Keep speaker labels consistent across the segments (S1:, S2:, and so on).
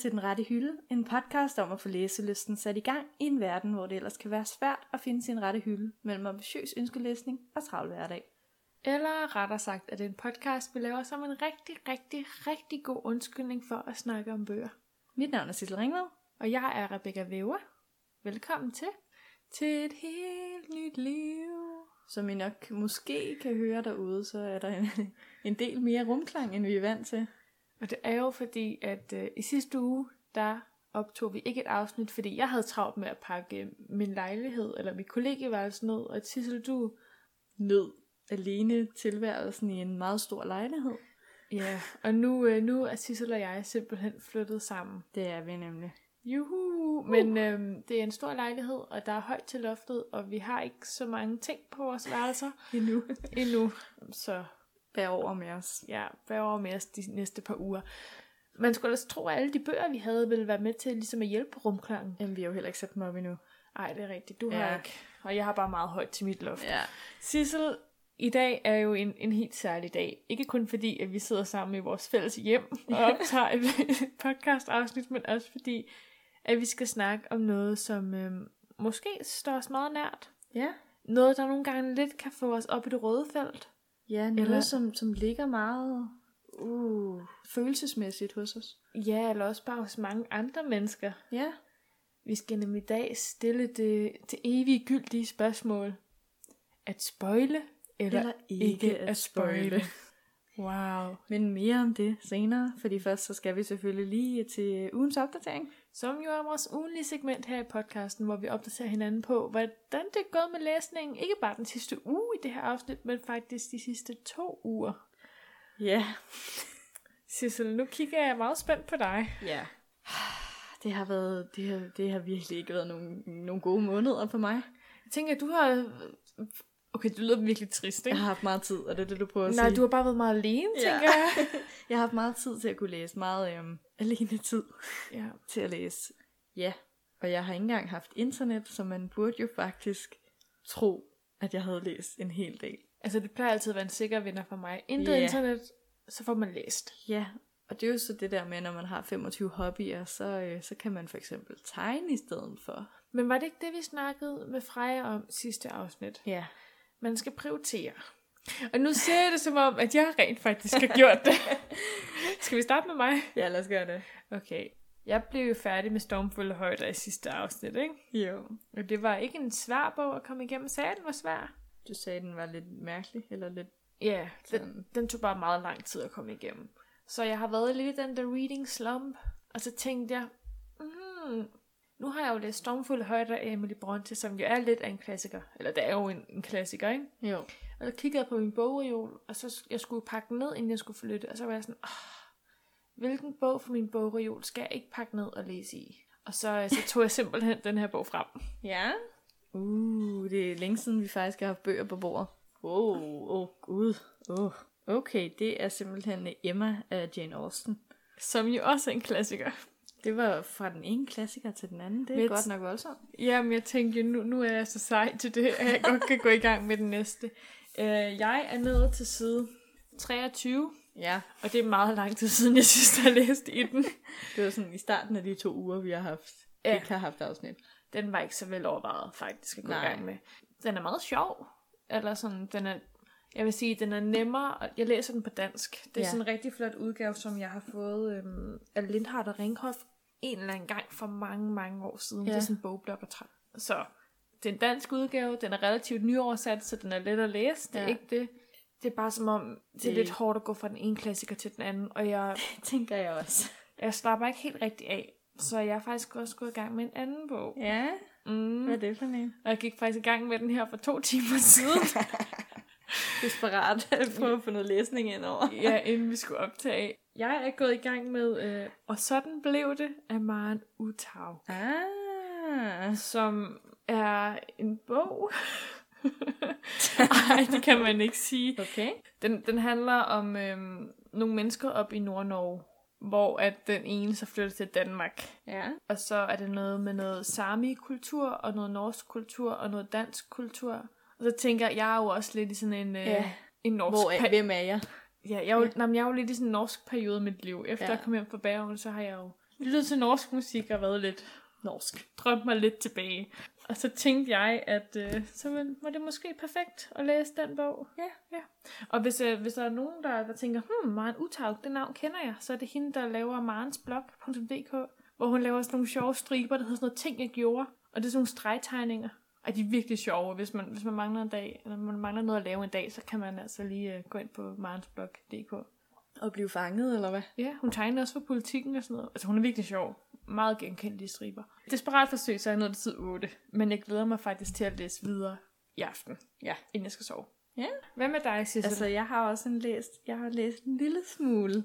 S1: til Den Rette Hylde, en podcast om at få læselysten sat i gang i en verden, hvor det ellers kan være svært at finde sin rette hylde mellem ambitiøs ønskelæsning og travl hverdag.
S2: Eller rettere sagt, at det er en podcast, vi laver som en rigtig, rigtig, rigtig god undskyldning for at snakke om bøger.
S1: Mit navn er Sissel Ringvad.
S2: Og jeg er Rebecca Væver. Velkommen til. Til et helt nyt liv.
S1: Som I nok måske kan høre derude, så er der en, en del mere rumklang, end vi er vant til.
S2: Og det er jo fordi, at øh, i sidste uge, der optog vi ikke et afsnit, fordi jeg havde travlt med at pakke øh, min lejlighed, eller mit kollegieværelse ned, og Tissel, du,
S1: Nød alene tilværelsen i en meget stor lejlighed.
S2: ja, og nu, øh, nu er Tissel og jeg simpelthen flyttet sammen.
S1: Det er vi nemlig.
S2: Juhu! Men øhm, det er en stor lejlighed, og der er højt til loftet, og vi har ikke så mange ting på vores værelser
S1: Endnu.
S2: endnu. Så
S1: Bær over med os.
S2: ja, hvad over med os de næste par uger? Man skulle ellers tro, at alle de bøger, vi havde, ville være med til ligesom at hjælpe rumklangen.
S1: Jamen, vi har jo heller ikke sat dem op endnu.
S2: Nej, det er rigtigt. Du
S1: Ja.
S2: ja. har ikke. Og jeg har bare meget højt til mit loft.
S1: Ja.
S2: Sissel, i dag er jo en, en helt særlig dag. Ikke kun fordi, at vi sidder sammen i vores fælles hjem og optager et podcast-afsnit, men også fordi, at vi skal snakke om noget, som øh, måske står os meget nært.
S1: Ja.
S2: Noget, der nogle gange lidt kan få os op i det røde felt.
S1: Ja, noget Eller...
S2: Eller-
S1: som, som ligger meget uh, følelsesmæssigt hos os.
S2: Ja, eller også bare hos mange andre mennesker.
S1: Ja.
S2: Vi skal nemlig i dag stille det, det evige gyldige spørgsmål. At spøjle eller, eller ikke, ikke at spøjle? Wow.
S1: Men mere om det senere, fordi først så skal vi selvfølgelig lige til ugens opdatering.
S2: Som jo er vores ugenlige segment her i podcasten, hvor vi opdaterer hinanden på, hvordan det er gået med læsningen. Ikke bare den sidste uge i det her afsnit, men faktisk de sidste to uger.
S1: Ja.
S2: Sissel, nu kigger jeg meget spændt på dig.
S1: Ja. Det har, været, det, har, det har virkelig ikke været nogle, nogle gode måneder for mig.
S2: Jeg tænker, du har... Okay, det lyder virkelig trist,
S1: Jeg
S2: ikke?
S1: har haft meget tid, og det er det, du prøver at
S2: Nej,
S1: sige.
S2: du har bare været meget alene,
S1: Ja.
S2: tænker jeg.
S1: Jeg har haft meget tid til at kunne læse. Meget øhm, alene tid
S2: Ja.
S1: til at læse. Ja. Og jeg har ikke engang haft internet, så man burde jo faktisk tro, at jeg havde læst en hel del.
S2: Altså, det plejer altid at være en sikker vinder for mig. Intet
S1: Ja.
S2: yeah. internet, så får man læst.
S1: Ja, og det er jo så det der med, når man har 25 hobbyer, så, øh, så kan man for eksempel tegne i stedet for.
S2: Men var det ikke det, vi snakkede med Freja om sidste afsnit?
S1: Ja.
S2: Man skal prioritere. Og nu ser jeg det som om, at jeg rent faktisk har gjort det. Skal vi starte med mig?
S1: Ja, lad os gøre det.
S2: Okay. Jeg blev jo færdig med Stormfulde Højder i sidste afsnit, ikke?
S1: Jo.
S2: Og det var ikke en svær bog at komme igennem. Sagde jeg, den var svær?
S1: Du sagde, den var lidt mærkelig, eller lidt...
S2: Ja,
S1: Sådan.
S2: den, den tog bare meget lang tid at komme igennem. Så jeg har været lidt i den der reading slump, og så tænkte jeg, mm, nu har jeg jo læst Stormfulde Højder af Emily Bronte, som jo er lidt af en klassiker. Eller det er jo en, en klassiker, ikke?
S1: Jo.
S2: Og så kiggede jeg på min bogreol, og så sk- jeg skulle pakke den ned, inden jeg skulle flytte. Og så var jeg sådan, Åh, hvilken bog fra min bogreol skal jeg ikke pakke ned og læse i? Og så, øh, så tog jeg simpelthen den her bog frem.
S1: Ja? Uh, det er længe siden, vi faktisk har haft bøger på bordet. Åh, oh, åh oh, gud. Oh. Okay, det er simpelthen Emma af Jane Austen.
S2: Som jo også er en klassiker.
S1: Det var fra den ene klassiker til den anden. Det er
S2: Lidt-
S1: godt nok voldsomt.
S2: Jamen, jeg tænkte, jo, nu, nu er jeg så sej til det, at jeg godt kan gå i gang med den næste. Øh, jeg er nede til side 23,
S1: Ja,
S2: og det er meget lang tid siden, jeg sidst har læst i den.
S1: det var sådan i starten af de to uger, vi har haft.
S2: Ja.
S1: Ikke har haft afsnit.
S2: den var ikke så vel overvejet faktisk at gå
S1: Nej.
S2: Nej. i gang med. Den er meget sjov, eller sådan, den er, jeg vil sige, den er nemmere, og jeg læser den på dansk. Det er
S1: Ja.
S2: ja. sådan en rigtig flot udgave, som jeg har fået øhm, af Lindhardt og Ringhoff en eller anden gang for mange, mange år siden.
S1: Ja.
S2: Ja. Det er sådan en bogblok og træ. Så det er en dansk udgave, den er relativt nyoversat, så den er let at læse, det er
S1: Ja.
S2: ja. ikke det. Det er bare som om, det er
S1: Det-
S2: lidt hårdt at gå fra den ene klassiker til den anden, og jeg,
S1: Det tænker jeg også.
S2: jeg slapper ikke helt rigtig af. Så jeg er faktisk også gået i gang med en anden bog.
S1: Ja,
S2: Mm.
S1: hvad er det for en?
S2: Og jeg gik faktisk i gang med den her for to timer siden.
S1: desperat at prøve at få noget læsning ind over.
S2: ja, inden vi skulle optage. Jeg er gået i gang med, øh, og sådan blev det, af Maren Utau.
S1: Ah.
S2: Som er en bog. Nej, det kan man ikke sige.
S1: Okay.
S2: Den, den handler om øh, nogle mennesker op i Nordnorge, hvor at den ene så flytter til Danmark.
S1: Ja.
S2: Og så er det noget med noget sami-kultur, og noget norsk kultur, og noget dansk kultur. Og så tænker jeg, jeg er jo også lidt i sådan en, øh,
S1: Ja.
S2: ja. en norsk
S1: Hvor er, hvem er jeg?
S2: Ja, jeg er jo,
S1: Ja.
S2: ja. Jamen, jeg er jo lidt i sådan en norsk periode i mit liv. Efter
S1: Ja.
S2: ja. jeg kom hjem fra bageovnen, så har jeg jo lyttede til norsk musik og været lidt norsk. Drømte mig lidt tilbage. Og så tænkte jeg, at øh, så vil- var det måske perfekt at læse den bog. Ja, ja. Og hvis, øh, hvis der er nogen, der, der tænker, hmm, Maren Utaug, det navn kender jeg, så er det hende, der laver marensblog.dk, hvor hun laver sådan nogle sjove striber, der hedder sådan noget ting, jeg gjorde. Og det er sådan nogle stregtegninger. Og de er virkelig sjove. Hvis man, hvis man mangler en dag, eller man mangler noget at lave en dag, så kan man altså lige øh, gå ind på marensblog.dk.
S1: Og blive fanget, eller hvad?
S2: Ja, hun tegnede også for politikken og sådan noget. Altså, hun er virkelig sjov. Meget genkendelige striber. Desperat forsøg, så er jeg nået til tid 8. Men jeg glæder mig faktisk til at læse videre i aften. Ja, inden jeg skal sove.
S1: Ja.
S2: Hvad med dig, Sissel?
S1: Altså,
S2: Altså,
S1: jeg har også en læst, jeg har læst en lille smule.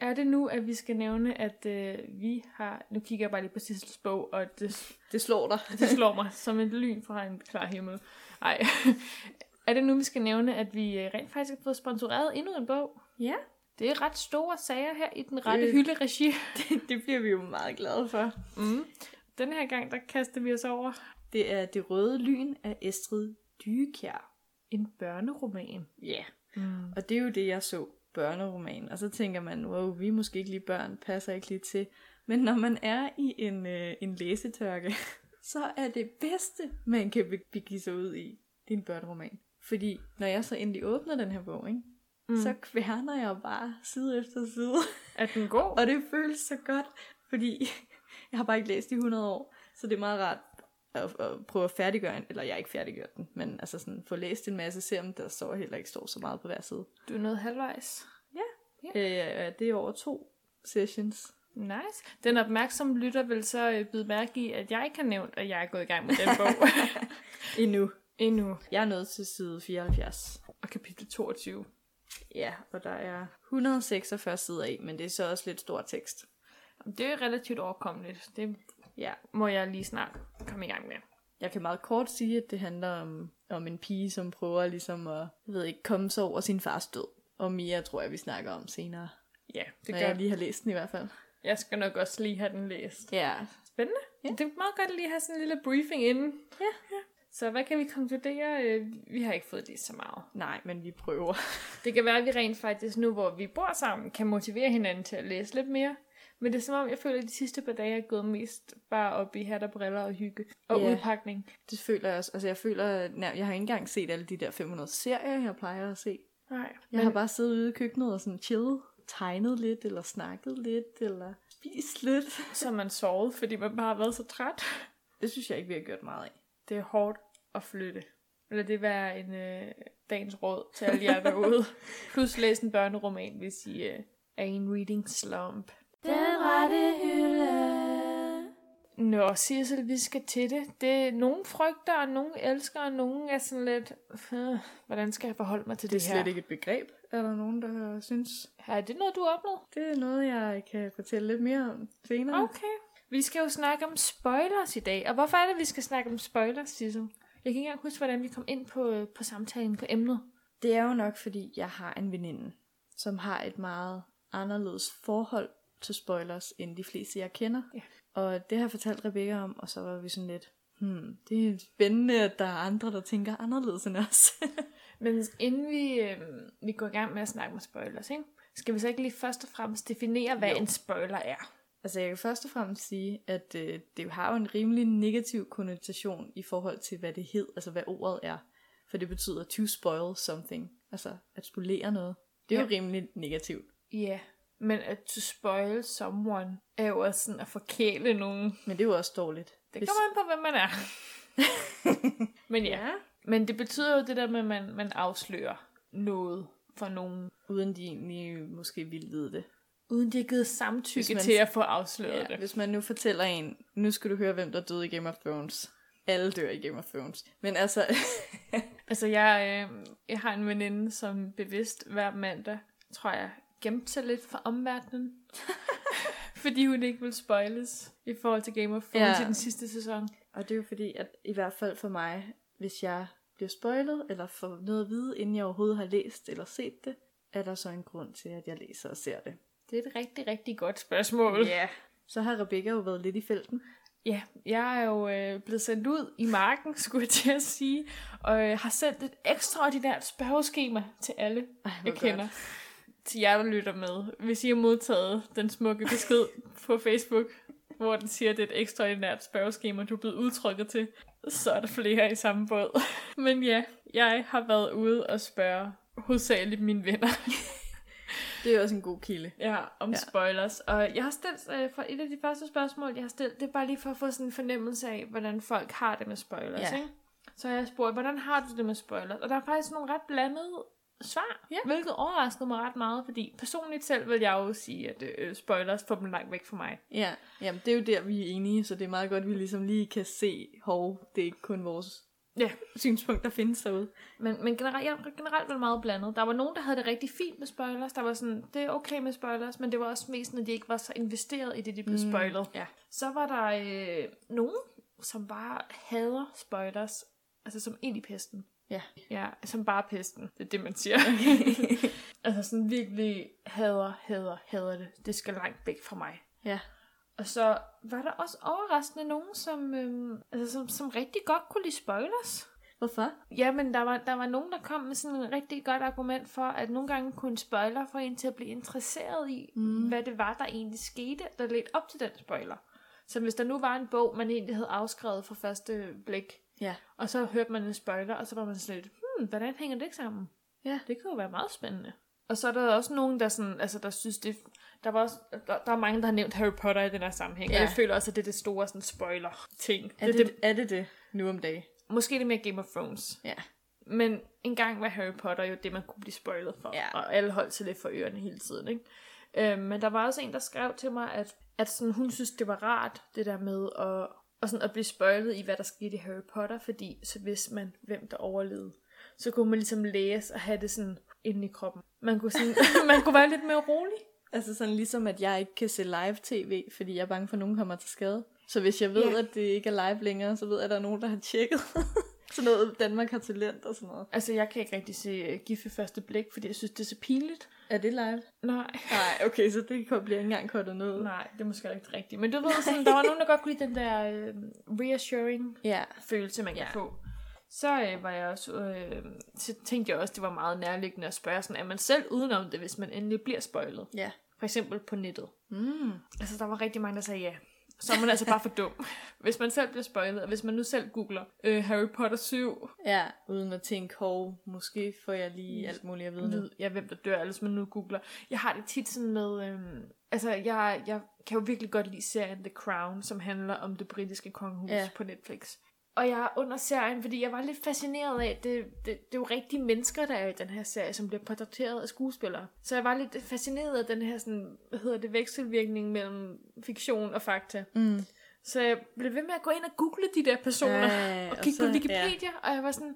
S2: er det nu, at vi skal nævne, at øh, vi har... Nu kigger jeg bare lige på Sissels bog, og det,
S1: Det slår dig.
S2: det slår mig som et lyn fra en klar himmel. Nej. er det nu, vi skal nævne, at vi øh, rent faktisk har fået sponsoreret endnu en bog?
S1: Ja,
S2: Det er ret store sager her i den rette
S1: Øh.
S2: øh. hylde-regi.
S1: det, det bliver vi jo meget glade for.
S2: Mm. Den her gang, der kaster vi os over
S1: Det er Det Røde Lyn af Estrid Dykjær.
S2: En børneroman.
S1: Ja. Yeah.
S2: Mm.
S1: Og det er jo det, jeg så børneroman. Og så tænker man, wow, vi er måske ikke lige børn, passer ikke lige til. Men når man er i en, øh, en læsetørke, så er det bedste, man kan be- begive sig ud i, det er en børneroman. Fordi når jeg så endelig åbner den her bog, ikke, mm.
S2: Mm.
S1: så kværner jeg bare side efter side.
S2: Er den god?
S1: Og det føles så godt, fordi jeg har bare ikke læst i 100 år, så det er meget rart at, at prøve at færdiggøre den, eller jeg har ikke færdiggjort den, men altså sådan få læst en masse, se om der står heller ikke står så meget på hver side.
S2: Du er nået halvvejs.
S1: Øh, det er over to sessions.
S2: Nice. Den opmærksomme lytter vil så øh, bide mærke i, at jeg ikke har nævnt, at jeg er gået i gang med den bog
S1: Endnu.
S2: endnu.
S1: Jeg er nået til side 74.
S2: Og kapitel 22.
S1: Ja, og der er 146 sider i, men det er så også lidt stor tekst.
S2: Det er relativt overkommeligt. Det
S1: Ja,
S2: må jeg lige snart komme i gang med.
S1: jeg kan meget kort sige, at det handler om, om en pige, som prøver ligesom at, jeg ved ikke, komme sig over sin fars død. Og Mia tror jeg, vi snakker om senere.
S2: Ja,
S1: Det
S2: det
S1: når
S2: gør
S1: jeg
S2: vi.
S1: lige har læst den i hvert fald.
S2: Jeg skal nok også lige have den læst.
S1: Ja.
S2: Spændende.
S1: Ja.
S2: Ja. Det er meget godt at lige have sådan en lille briefing inden.
S1: Ja.
S2: Så hvad kan vi konkludere? Øh, Vi har ikke fået læst så meget.
S1: Nej, men vi prøver.
S2: Det kan være, at vi rent faktisk nu, hvor vi bor sammen, kan motivere hinanden til at læse lidt mere. Men det er som om, jeg føler, at de sidste par dage er gået mest bare op i hat og briller og hygge og
S1: Ja.
S2: yeah. udpakning.
S1: Det føler jeg også. Altså, jeg føler, nær- jeg har ikke engang set alle de der 500 serier, jeg plejer at se.
S2: Nej,
S1: Jeg har bare siddet ude i køkkenet og sådan chillet, tegnet lidt, eller snakket lidt, eller spist lidt.
S2: så er man sovet, fordi man bare har været så træt.
S1: Det synes jeg ikke, vi har gjort meget af.
S2: Det er hårdt at flytte. Eller det være en øh, dagens råd til alle jer derude. Plus læs en børneroman, hvis I øh, er i en reading slump.
S1: Den rette hylde.
S2: Nå, Sissel, vi skal til det. det nogen frygter, og nogen elsker, og nogen er sådan lidt... "Øh, Hvordan skal jeg forholde mig til
S1: Det
S2: det, her?
S1: er slet ikke et begreb, er der nogen, der synes.
S2: Er det noget, du har oplevet?
S1: Det er noget, jeg kan fortælle lidt mere om senere.
S2: Okay. Vi skal jo snakke om spoilers i dag. Og hvorfor er det, vi skal snakke om spoilers, Sissel? Jeg kan ikke engang huske, hvordan vi kom ind på, øh, på samtalen på emnet.
S1: Det er jo nok, fordi jeg har en veninde, som har et meget anderledes forhold til spoilers, end de fleste, jeg kender.
S2: Ja.
S1: Og det har jeg fortalt Rebecca om, og så var vi sådan lidt, hmm, det er spændende, at der er andre, der tænker anderledes end os.
S2: Men inden vi, øh, vi går i gang med at snakke om spoilers, ikke? skal vi så ikke lige først og fremmest definere, hvad
S1: Jo.
S2: jo. en spoiler er?
S1: Altså jeg kan først og fremmest sige, at øh, det har jo en rimelig negativ konnotation i forhold til, hvad det hed, altså hvad ordet er. For det betyder to spoil something, altså at spolere noget. Det er ja. jo rimelig negativt.
S2: Ja, yeah. men at to spoil someone er jo også sådan at forkæle nogen.
S1: Men det er jo også dårligt.
S2: Det
S1: Hvis-
S2: kommer an på, hvem man er. men ja. Men det betyder jo det der med, at man, man afslører noget for nogen.
S1: Uden de egentlig måske ville vide det.
S2: Uden de har givet samtykke
S1: Hvis man-
S2: man... til at få afsløret
S1: Ja,
S2: det.
S1: hvis man nu fortæller en, nu skal du høre, hvem der døde i Game of Thrones. Alle dør i Game of Thrones. Men altså,
S2: Altså, jeg, øh, jeg har en veninde, som bevidst hver mandag, tror jeg, gemte sig lidt for omverdenen. fordi hun ikke vil spoiles i forhold til Game of Thrones
S1: Ja.
S2: ja. i den sidste sæson.
S1: og det er jo fordi, at i hvert fald for mig, hvis jeg bliver spoilet, eller får noget at vide, inden jeg overhovedet har læst eller set det, er der så en grund til, at jeg læser og ser det.
S2: Det er et rigtig, rigtig godt spørgsmål.
S1: Ja. Så har Rebecca jo været lidt i felten.
S2: Ja, jeg er jo øh, blevet sendt ud i marken, skulle jeg til at sige, og øh, har sendt et ekstraordinært spørgeskema til alle,
S1: Ej,
S2: jeg kender. til jer, der lytter med, hvis I har modtaget den smukke besked på Facebook, hvor den siger, at det er et ekstraordinært spørgeskema, du er blevet udtrykket til, så er der flere i samme båd. Men ja, jeg har været ude og spørge hovedsageligt mine venner
S1: Det er også en god kilde.
S2: ja, om ja.
S1: Ja.
S2: spoilers. Og jeg har stillet, øh, for et af de første spørgsmål, jeg har stillet, det er bare lige for at få sådan en fornemmelse af, hvordan folk har det med spoilers.
S1: Ja.
S2: Ja. Ikke? Så har jeg spurgt, hvordan har du det med spoilers? Og der er faktisk nogle ret blandede svar,
S1: Ja.
S2: hvilket overraskede mig ret meget, fordi personligt selv vil jeg jo sige, at øh, spoilers får dem langt væk fra mig.
S1: Ja, jamen det er jo der, vi er enige, så det er meget godt, at vi ligesom lige kan se, hov, det er ikke kun vores
S2: Ja,
S1: synspunkt, der findes derude.
S2: Men, men generelt, jeg var generelt var meget blandet. Der var nogen, der havde det rigtig fint med spoilers. Der var sådan, det er okay med spoilers, men det var også mest, når de ikke var så investeret i det, de blev
S1: Mm,
S2: mm, spoilet.
S1: ja.
S2: Så var der øh, nogen, som bare hader spoilers. Altså som ind i pesten.
S1: Ja.
S2: Ja, som bare pesten. Det er det, man siger. altså sådan virkelig hader, hader, hader det. Det skal langt væk fra mig.
S1: ja.
S2: Og så var der også overraskende nogen, som, øh, altså, som, som rigtig godt kunne lide spoilers.
S1: Hvorfor?
S2: Ja, men der var, der var nogen, der kom med sådan et rigtig godt argument for, at nogle gange kunne en spoiler få en til at blive interesseret i,
S1: Mm.
S2: mm. hvad det var, der egentlig skete, der ledte op til den spoiler. Så hvis der nu var en bog, man egentlig havde afskrevet fra første blik,
S1: Ja.
S2: og så hørte man en spoiler, og så var man sådan lidt, hmm, hvordan hænger det sammen?
S1: Ja.
S2: Det kunne jo være meget spændende. Og så er der også nogen, der, sådan, altså, der synes, det... Der, var også, der, der er mange, der har nævnt Harry Potter i den her sammenhæng,
S1: Ja.
S2: og jeg føler også, at det er det store sådan, spoiler-ting.
S1: Er det, det, er det det nu om dagen?
S2: Måske lidt mere Game of Thrones.
S1: Ja.
S2: Men engang var Harry Potter jo det, man kunne blive spoilet for,
S1: Ja.
S2: ja. og alle holdt sig lidt for ørerne hele tiden, ikke? Øh, men der var også en, der skrev til mig, at, at sådan, hun synes, det var rart, det der med at, og sådan at blive spoilet i, hvad der skete i Harry Potter, fordi så vidste man, hvem der overlevede. Så kunne man ligesom læse og have det sådan inde i kroppen. Man kunne, sådan, man kunne være lidt mere rolig.
S1: Altså sådan ligesom, at jeg ikke kan se live tv, fordi jeg er bange for, at nogen kommer til skade. Så hvis jeg ved,
S2: Ja.
S1: at det ikke er live længere, så ved jeg, at der er nogen, der har tjekket. sådan noget, Danmark har talent og sådan noget.
S2: Altså, jeg kan ikke rigtig se uh, gift ved første blik, fordi jeg synes, det er så pinligt.
S1: Er det live?
S2: Nej.
S1: Nej, okay, så det kan- bliver ikke engang kortet ned.
S2: Nej, det er måske heller ikke rigtigt. Men du ved, sådan, der var nogen, der godt kunne lide den der øh, reassuring
S1: Ja.
S2: følelse, man kan
S1: Ja.
S2: få. Så, øh, var jeg også, øh, så tænkte jeg også, det var meget nærliggende at spørge, sådan, er man selv udenom det, hvis man endelig bliver spoilet?
S1: Ja.
S2: For eksempel på nettet.
S1: Mm.
S2: Altså, der var rigtig mange, der sagde ja. Så er man altså bare for dum. Hvis man selv bliver spoilet, og hvis man nu selv googler øh, Harry Potter 7,
S1: Ja, uden at tænke, hov, måske får jeg lige alt muligt at vide nu.
S2: ved, ja, hvem der dør, eller hvis man nu googler. Jeg har det tit sådan med, øhm, altså jeg, jeg kan jo virkelig godt lide serien The Crown, som handler om det britiske kongehus
S1: Ja.
S2: ja. på Netflix. Og jeg er under serien, fordi jeg var lidt fascineret af, at det, det, det er jo rigtige mennesker, der er i den her serie, som bliver portrætteret af skuespillere. Så jeg var lidt fascineret af den her, sådan, hvad hedder det, vekselvirkning mellem fiktion og fakta.
S1: Mm.
S2: Så jeg blev ved med at gå ind og google de der personer,
S1: Ja,
S2: ja, og
S1: og
S2: kigge
S1: så-
S2: på Wikipedia, ja. og jeg var sådan,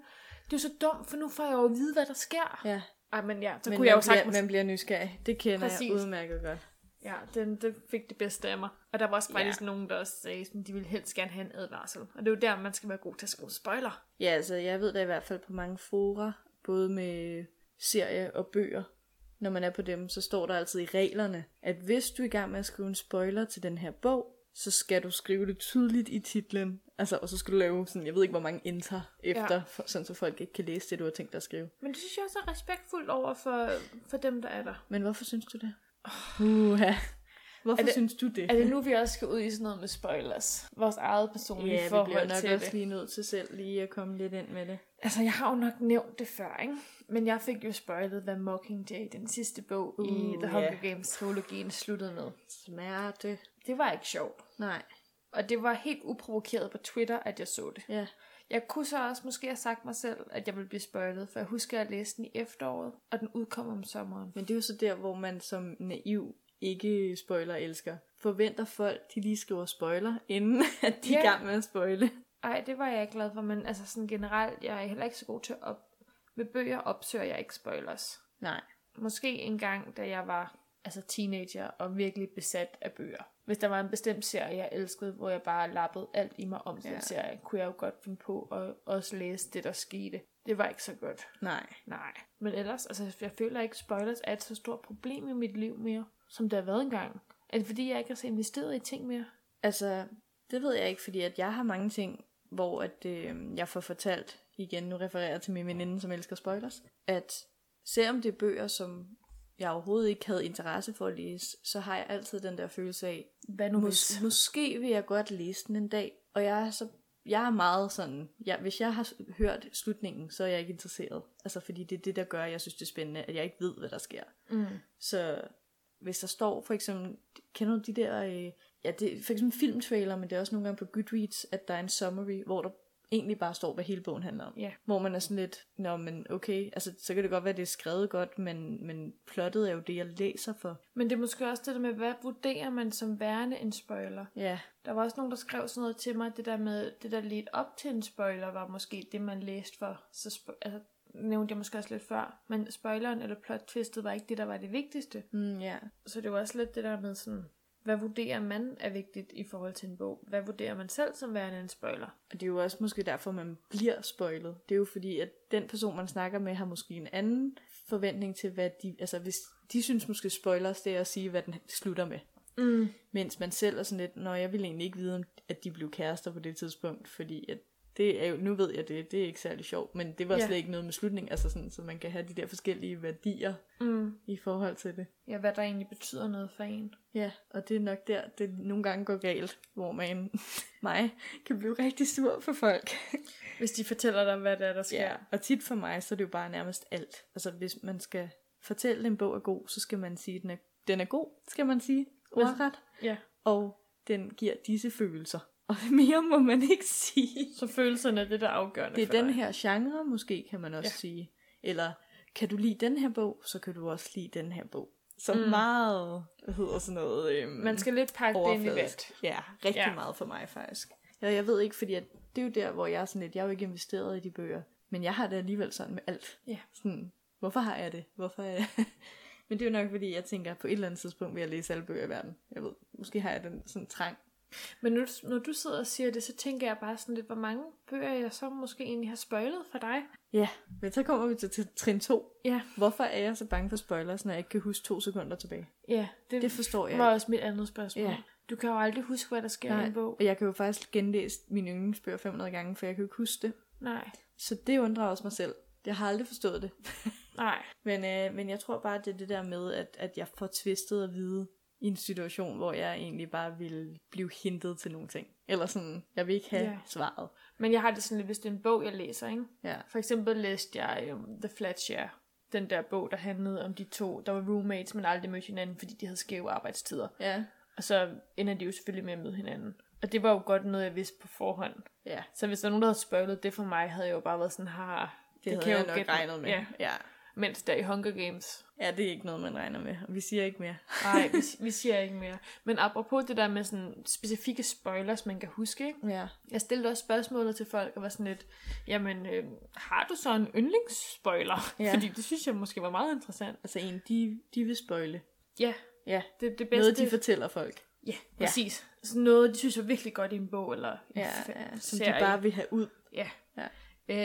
S2: det er jo så dumt, for nu får jeg jo at vide, hvad der sker.
S1: Ja,
S2: Ej, men ja, så
S1: men
S2: men kunne jeg jo
S1: man bliver-
S2: sagtens...
S1: Man bliver nysgerrig. Det kender Præcis.
S2: Præcis.
S1: jeg udmærket godt.
S2: Ja, den, den fik det bedste af mig. Og der var også
S1: Ja.
S2: faktisk nogen, der også sagde, at de ville helst gerne have en advarsel. Og det er jo der, man skal være god til at skrive spoiler.
S1: Ja, altså jeg ved da i hvert fald på mange fora, både med serie og bøger, når man er på dem, så står der altid i reglerne, at hvis du er i gang med at skrive en spoiler til den her bog, så skal du skrive det tydeligt i titlen. Altså, og så skal du lave sådan, jeg ved ikke, hvor mange enter efter, ja.
S2: Ja.
S1: for, sådan så folk ikke kan læse det, du har tænkt dig at skrive.
S2: Men det synes jeg også er respektfuldt over for, for dem, der er der.
S1: Men hvorfor synes du det? Uh, ja. Hvorfor
S2: Er det-
S1: synes du det?
S2: Er det nu, vi også skal ud i sådan noget med spoilers? Vores eget personlige
S1: ja, vi
S2: forhold
S1: bliver nok
S2: til
S1: også
S2: det.
S1: lige nødt til selv lige at komme lidt ind med det.
S2: Altså, jeg har jo nok nævnt det før, ikke? Men jeg fik jo spoilet, hvad Mockingjay, den sidste bog uh, i
S1: Uh,
S2: The Hunger
S1: ja.
S2: Games-trilogien, sluttede med.
S1: Smerte.
S2: Det var ikke sjovt.
S1: Nej.
S2: Og det var helt uprovokeret på Twitter, at jeg så det.
S1: Ja.
S2: Jeg kunne så også måske have sagt mig selv, at jeg ville blive spoilet, for jeg husker, at jeg læste den i efteråret, og den udkom om sommeren.
S1: Men det er jo så der, hvor man som naiv ikke spoiler elsker. Forventer folk, de lige skriver spoiler, inden at de er i
S2: Ja.
S1: gang med at spoile.
S2: Ej, det var jeg ikke glad for, men altså sådan generelt, jeg er heller ikke så god til at op... Med bøger opsøger jeg ikke spoilers.
S1: Nej.
S2: Måske en gang, da jeg var altså teenager og virkelig besat af bøger. Hvis der var en bestemt serie, jeg elskede, hvor jeg bare lappede alt i mig om den
S1: Ja.
S2: serie, kunne jeg jo godt finde på at også læse det, der skete. Det var ikke så godt.
S1: Nej.
S2: Nej, men ellers, altså jeg føler ikke, spoilers er et så stort problem i mit liv mere, som det har været engang. Er det fordi, jeg ikke har så investeret i ting mere?
S1: Altså, det ved jeg ikke, fordi at jeg har mange ting, hvor at, øh, jeg får fortalt, igen nu refererer jeg til min veninde, som elsker spoilers, at selvom det er bøger, som jeg overhovedet ikke havde interesse for at læse, så har jeg altid den der følelse af,
S2: Hvad nu hvis?
S1: Mås- måske vil jeg godt læse den en dag, og jeg er så jeg er meget sådan, jeg, hvis jeg har s- hørt slutningen, så er jeg ikke interesseret. Altså fordi det er det, der gør, at jeg synes, det er spændende, at jeg ikke ved, hvad der sker.
S2: Mm.
S1: Så hvis der står for eksempel, kender du de der, øh, ja det er for eksempel filmtrailer, men det er også nogle gange på Goodreads, at der er en summary, hvor der egentlig bare står, hvad hele bogen handler om.
S2: Ja.
S1: Hvor man er sådan lidt, nå men okay, altså så kan det godt være, det er skrevet godt, men, men plottet er jo det, jeg læser for.
S2: Men det er måske også det der med, hvad vurderer man som værende en spoiler?
S1: Ja,
S2: Der var også nogen, der skrev sådan noget til mig, det der med, det der lidt op til en spoiler, var måske det, man læste for. Så spo- altså, nævnte jeg måske også lidt før, men spoileren eller plot twistet var ikke det, der var det vigtigste.
S1: mm, ja.
S2: Så det var også lidt det der med sådan, hvad vurderer man er vigtigt i forhold til en bog? Hvad vurderer man selv som værende en spoiler?
S1: Og det er jo også måske derfor, man bliver spoilet. Det er jo fordi, at den person, man snakker med, har måske en anden forventning til, hvad de... Altså, hvis de synes måske spoilers, det er at sige, hvad den slutter med.
S2: Mm.
S1: Mens man selv er sådan lidt, når jeg ville egentlig ikke vide, om- at de blev kærester på det tidspunkt, fordi at det er jo, nu ved jeg det, det er ikke særlig sjovt, men det var
S2: Ja.
S1: ja. slet ikke noget med slutning, altså sådan, så man kan have de der forskellige værdier
S2: Mm.
S1: i forhold til det.
S2: Ja, hvad der egentlig betyder noget for en.
S1: Ja, og det er nok der, det nogle gange går galt, hvor man, mig, kan blive rigtig sur for folk.
S2: Hvis de fortæller dig, hvad det er, der sker.
S1: Ja, og tit for mig, så er det jo bare nærmest alt. Altså, hvis man skal fortælle, at en bog er god, så skal man sige, at den er, den er god, skal man sige, ordret.
S2: ja.
S1: Og den giver disse følelser. Og mere må man ikke sige.
S2: Så følelserne er det, der er afgørende
S1: Det
S2: for
S1: er den
S2: dig.
S1: her genre, måske, kan man også
S2: Ja.
S1: ja. sige. Eller, kan du lide den her bog, så kan du også lide den her bog. Så
S2: Mm.
S1: mm. meget, hvad hedder sådan noget? Øhm,
S2: Man skal lidt pakke det ind i
S1: overfladisk.
S2: vat.
S1: Ja, rigtig
S2: Ja.
S1: ja. meget for mig faktisk. Ja, jeg ved ikke, fordi at det er jo der, hvor jeg er sådan lidt, jeg er jo ikke investeret i de bøger, men jeg har det alligevel sådan med alt.
S2: Ja.
S1: Sådan, hvorfor har jeg det? Hvorfor er jeg Men det er jo nok, fordi jeg tænker, på et eller andet tidspunkt vil jeg læse alle bøger i verden. Jeg ved, måske har jeg den sådan trang.
S2: Men nu, når du sidder og siger det, så tænker jeg bare sådan lidt, hvor mange bøger jeg så måske egentlig har spoilet for dig.
S1: Ja. Men så kommer vi til, til trin 2.
S2: Ja,
S1: Hvorfor er jeg så bange for spoilers, når jeg ikke kan huske to sekunder tilbage?
S2: ja det,
S1: Det
S2: det
S1: forstår jeg
S2: var
S1: ikke.
S2: også mit andet spørgsmål.
S1: Ja.
S2: Du kan jo aldrig huske, hvad der sker i en
S1: Nej.
S2: bog.
S1: Og jeg kan jo faktisk genlæse mine yndlingsbøger 500 gange, for jeg kan jo ikke huske det.
S2: Nej,
S1: Så det undrer også mig selv. Jeg har aldrig forstået det.
S2: nej.
S1: Men, øh, men jeg tror bare, det er det der med, at, at jeg får tvistet at vide i en situation, hvor jeg egentlig bare vil blive hintet til nogle ting. Eller sådan, jeg vil ikke have
S2: Ja.
S1: ja. svaret.
S2: Men jeg har det sådan lidt, hvis det er en bog, jeg læser, ikke?
S1: Ja.
S2: For eksempel læste jeg um, The Fletcher, den der bog, der handlede om de to, der var roommates, men aldrig mødte hinanden, fordi de havde skæve arbejdstider.
S1: Ja.
S2: Og så ender de jo selvfølgelig med at møde hinanden. Og det var jo godt noget, jeg vidste på forhånd.
S1: Ja.
S2: Så hvis der er nogen, der havde spoilet det for mig, havde jeg jo bare været sådan, har
S1: Det, det havde jeg, nok
S2: gætte
S1: regnet med.
S2: Ja.
S1: ja.
S2: Mens der i Hunger Games.
S1: Ja, det er ikke noget, man regner med. Og Vi siger ikke mere.
S2: Nej, vi, vi siger ikke mere. Men apropos det der med sådan specifikke spoilers, man kan huske, ikke?
S1: Ja.
S2: Jeg stillede også spørgsmålet til folk, og var sådan lidt, jamen, øh, har du så en yndlingsspoiler? Ja.
S1: Ja.
S2: Fordi det synes jeg måske var meget interessant.
S1: Altså en, de, de vil spøjle.
S2: Ja,
S1: Ja.
S2: det, det bedste...
S1: Noget, de fortæller folk.
S2: Ja, præcis. Sådan noget, de synes er virkelig godt i en bog, eller en fa-
S1: Som de
S2: serie.
S1: bare vil have ud.
S2: Ja.
S1: Ja.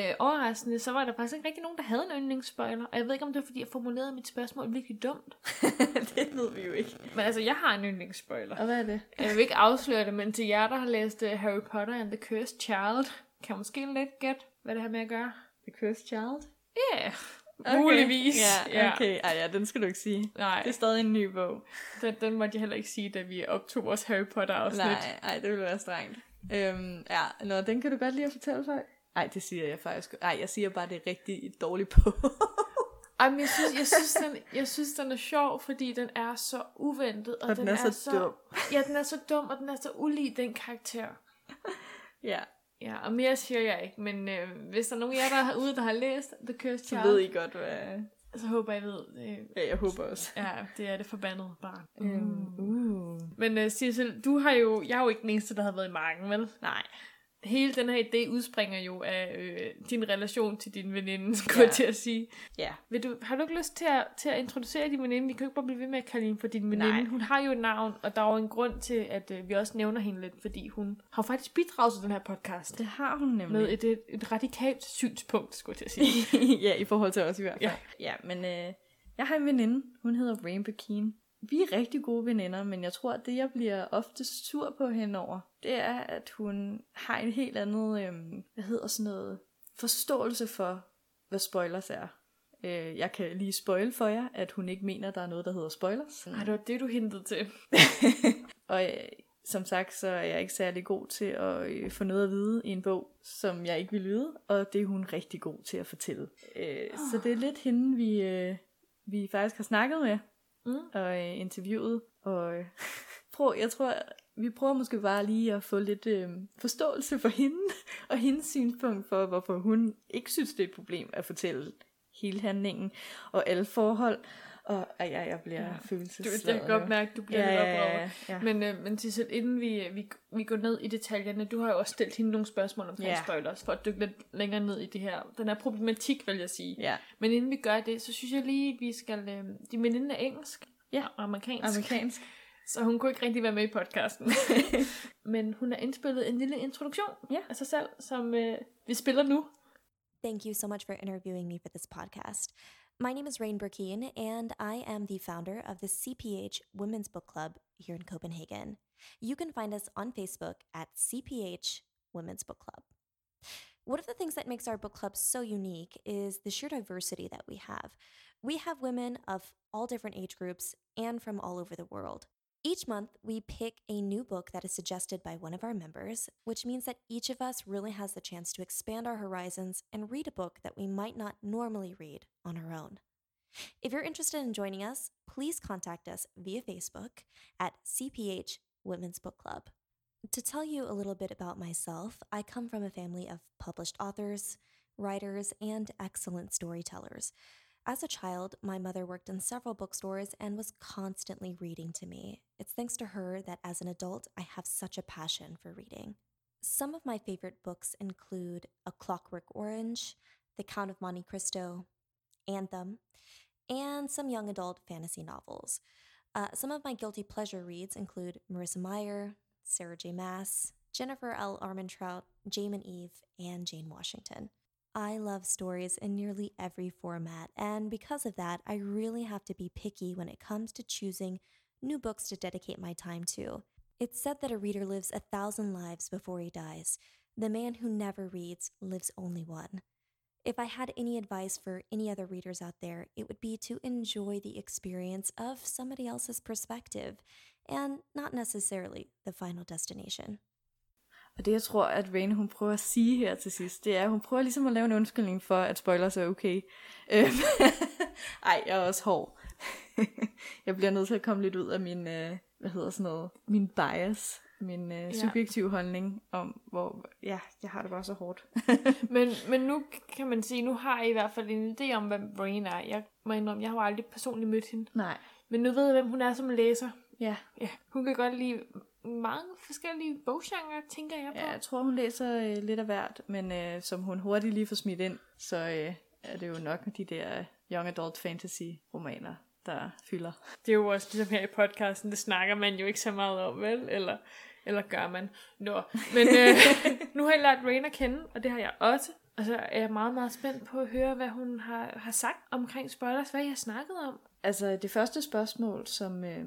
S2: Øh, overraskende, så var der faktisk ikke rigtig nogen, der havde en yndlingsspoiler. Og jeg ved ikke, om det var, fordi jeg formulerede mit spørgsmål virkelig dumt.
S1: det ved vi jo ikke.
S2: Men altså, jeg har en yndlingsspoiler.
S1: Og hvad er det?
S2: Jeg vil ikke afsløre det, men til jer, der har læst uh, Harry Potter and the Cursed Child, kan måske lidt gætte, hvad det har med at gøre.
S1: The Cursed Child?
S2: Ja, yeah. okay. muligvis.
S1: Ja, okay. Ej, ja, den skal du ikke sige.
S2: Nej,
S1: Det er stadig en ny bog.
S2: den, den måtte jeg heller ikke sige, da vi optog vores Harry Potter-afsnit.
S1: Nej, nej, det ville være strengt. Øhm, ja, nå, den kan du godt lide at fortælle folk. Nej, det siger jeg faktisk. Nej, jeg siger bare, det er rigtig dårligt på.
S2: Ej, men jeg synes, jeg, synes, den, jeg synes, den er sjov, fordi den er så uventet. Og,
S1: Og den er så dum.
S2: Ja, den er så dum, og den er så ulig den karakter.
S1: ja,
S2: Ja, og mere siger jeg ikke, men øh, hvis der er nogen af jer, der er ude, der har læst The Cursed
S1: så
S2: Child,
S1: ved I godt, hvad
S2: så håber jeg I ved. Øh,
S1: ja, jeg håber også.
S2: ja, det er det forbandede barn.
S1: Øhm, uh.
S2: Men øh, Sissel, du har jo, jeg er jo ikke den eneste, der har været i marken, vel?
S1: Nej.
S2: Hele den her idé udspringer jo af øh, din relation til din veninde, skulle ja. jeg til at sige.
S1: Ja.
S2: Vil du, har du ikke lyst til at, til at introducere din veninde? Vi kan jo ikke bare blive ved med at kalde hende for din veninde.
S1: Nej.
S2: Hun har jo et navn, og der er jo en grund til, at øh, vi også nævner hende lidt, fordi hun har jo faktisk bidraget til den her podcast.
S1: Det har hun nemlig.
S2: Med et, et, et radikalt synspunkt, skulle jeg til at sige.
S1: ja, i forhold til os i hvert fald.
S2: Ja.
S1: Ja, ja men øh, jeg har en veninde, hun hedder Rainbow Keen. Vi er rigtig gode veninder, men jeg tror, at det, jeg bliver ofte sur på hende over, det er, at hun har en øhm, helt anden, øh, hvad hedder sådan noget, forståelse for, hvad spoilers er, Øh, jeg kan lige spoil for jer, at hun ikke mener, at der er noget, der hedder spoilers.
S2: Ej, det var det, du hintede til.
S1: Og øh, som sagt, så er jeg ikke særlig god til at øh, få noget at vide i en bog, som jeg ikke vil vide, og det er hun rigtig god til at fortælle. Øh, oh. Så det er lidt hende, vi, øh, vi faktisk har snakket med
S2: Mm.
S1: og øh, interviewet. Og øh, prøv, jeg tror, vi prøver måske bare lige at få lidt øh, forståelse for hende og hendes synspunkt for, hvorfor hun ikke synes, det er et problem at fortælle hele handlingen og alle forhold. Og ej, ej, jeg bliver
S2: Ja.
S1: ja.
S2: Du,
S1: følelsesladet.
S2: jeg kan godt
S1: nu.
S2: mærke, at du bliver
S1: ja,
S2: lidt
S1: ja,
S2: oprovet.
S1: ja, ja.
S2: Men, øh, men Tissel, inden vi, øh, vi, vi går ned i detaljerne, du har jo også stillet hende nogle spørgsmål omkring
S1: Ja.
S2: yeah. spoilers, for at dykke lidt længere ned i det her. Den her problematik, vil jeg sige.
S1: ja.
S2: Men inden vi gør det, så synes jeg lige, vi skal... Øh, din veninde er engelsk
S1: Ja.
S2: og amerikansk,
S1: Amerikansk.
S2: så hun kunne ikke rigtig være med i podcasten. men hun har indspillet en lille introduktion
S1: Ja.
S2: af sig selv, som øh, vi spiller nu.
S3: Thank you so much for interviewing me for this podcast. My name is Rain Burkeen, and I am the founder of the CPH Women's Book Club here in Copenhagen. You can find us on Facebook at CPH Women's Book Club. One of the things that makes our book club so unique is the sheer diversity that we have. We have women of all different age groups and from all over the world. Each month, we pick a new book that is suggested by one of our members, which means that each of us really has the chance to expand our horizons and read a book that we might not normally read on our own. If you're interested in joining us, please contact us via Facebook at CPH Women's Book Club. To tell you a little bit about myself, I come from a family of published authors, writers, and excellent storytellers. As a child, my mother worked in several bookstores and was constantly reading to me. It's thanks to her that as an adult, I have such a passion for reading. Some of my favorite books include A Clockwork Orange, The Count of Monte Cristo, Anthem, and some young adult fantasy novels. Uh, some of my guilty pleasure reads include Marissa Meyer, Sarah J. Mass, Jennifer L. Armentrout, Jamin Eve, and Jane Washington. I love stories in nearly every format, and because of that, I really have to be picky when it comes to choosing new books to dedicate my time to. It's said that a reader lives a thousand lives before he dies. The man who never reads lives only one. If I had any advice for any other readers out there, it would be to enjoy the experience of somebody else's perspective and not necessarily the final destination.
S1: Og det, jeg tror, at Rain, hun prøver at sige her til sidst, det er, at hun prøver ligesom at lave en undskyldning for, at spoilers er okay. Øhm, Ej, jeg er også hård. jeg bliver nødt til at komme lidt ud af min, øh, hvad hedder sådan noget, min bias, min øh, subjektive holdning om, hvor, ja, jeg har det bare så hårdt.
S2: Men, men nu kan man sige, nu har I i hvert fald en idé om, hvem Brain er. Jeg må indrømme, jeg har jo aldrig personligt mødt hende.
S1: Nej.
S2: Men nu ved jeg, hvem hun er som læser.
S1: Ja.
S2: Ja, hun kan godt lide mange forskellige boggenre, tænker jeg på.
S1: ja, jeg tror, hun læser øh, lidt af hvert, men øh, som hun hurtigt lige får smidt ind, så øh, er det jo nok de der øh, young adult fantasy romaner, der fylder.
S2: Det er jo også ligesom her i podcasten, det snakker man jo ikke så meget om, vel? Eller, eller gør man? Nå, men øh, nu har jeg lært Rain at kende, og det har jeg også. Og så er jeg meget, meget spændt på at høre, hvad hun har, har sagt omkring spoilers, hvad jeg har snakket om.
S1: Altså, det første spørgsmål, som øh,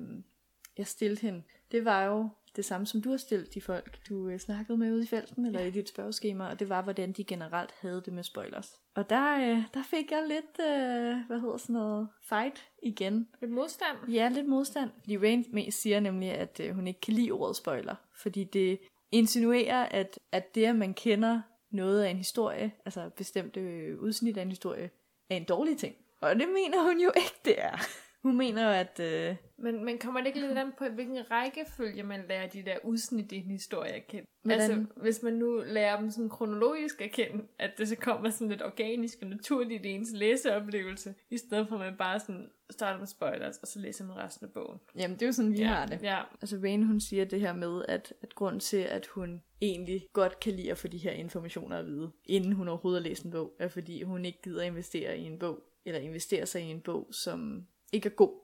S1: jeg stillede hende, det var jo det samme, som du har stillet de folk, du øh, snakkede med ude i felten, eller i dit spørgeskema, og det var, hvordan de generelt havde det med spoilers. Og der, øh, der fik jeg lidt, øh, hvad hedder sådan noget, fight igen.
S2: Lidt modstand.
S1: Ja, lidt modstand. Fordi Rain mest siger nemlig, at øh, hun ikke kan lide ordet spoiler, fordi det insinuerer, at, at det, at man kender noget af en historie, altså bestemte øh, udsnit af en historie, er en dårlig ting. Og det mener hun jo ikke, det er. Hun mener jo, at... Øh,
S2: Men, men kommer det ikke lidt an på, i hvilken rækkefølge man lærer de der udsnit i en historie at kende?
S1: Hvordan?
S2: Altså, hvis man nu lærer dem sådan kronologisk at kende, at det så kommer sådan lidt organisk og naturligt i ens læseoplevelse, i stedet for at man bare sådan starter med spoilers, og så læser man resten af bogen.
S1: jamen, det er jo sådan, vi ja. har det.
S2: Ja,
S1: Altså, Rain, hun siger det her med, at, at grunden til, at hun egentlig godt kan lide at få de her informationer at vide, inden hun overhovedet har læst en bog, er fordi hun ikke gider investere i en bog, eller investere sig i en bog, som ikke er god.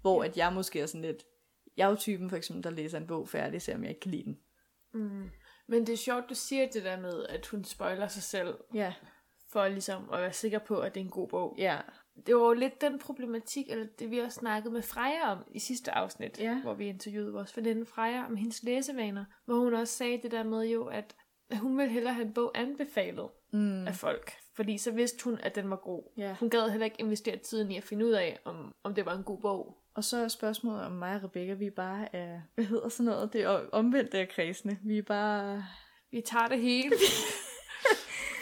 S1: Hvor at jeg måske er sådan lidt, jeg er jo typen for eksempel, der læser en bog færdig, selvom jeg ikke kan lide den.
S2: Mm. Men det er sjovt, du siger det der med, at hun spoiler sig selv,
S1: Ja,
S2: for ligesom at være sikker på, at det er en god bog.
S1: ja,
S2: Det var jo lidt den problematik, eller det vi også snakkede med Freja om i sidste afsnit,
S1: Ja.
S2: hvor vi interviewede vores veninde Freja om hendes læsevaner, hvor hun også sagde det der med jo, at hun ville hellere have en bog anbefalet,
S1: Mm.
S2: af folk. Fordi så vidste hun, at den var god.
S1: Ja.
S2: Hun gad heller ikke investere tiden i at finde ud af, om, om det var en god bog.
S1: Og så er spørgsmålet om mig og Rebecca, vi er bare er, hvad hedder sådan noget, det er omvendt af kredsene. Vi er bare,
S2: Vi tager det hele.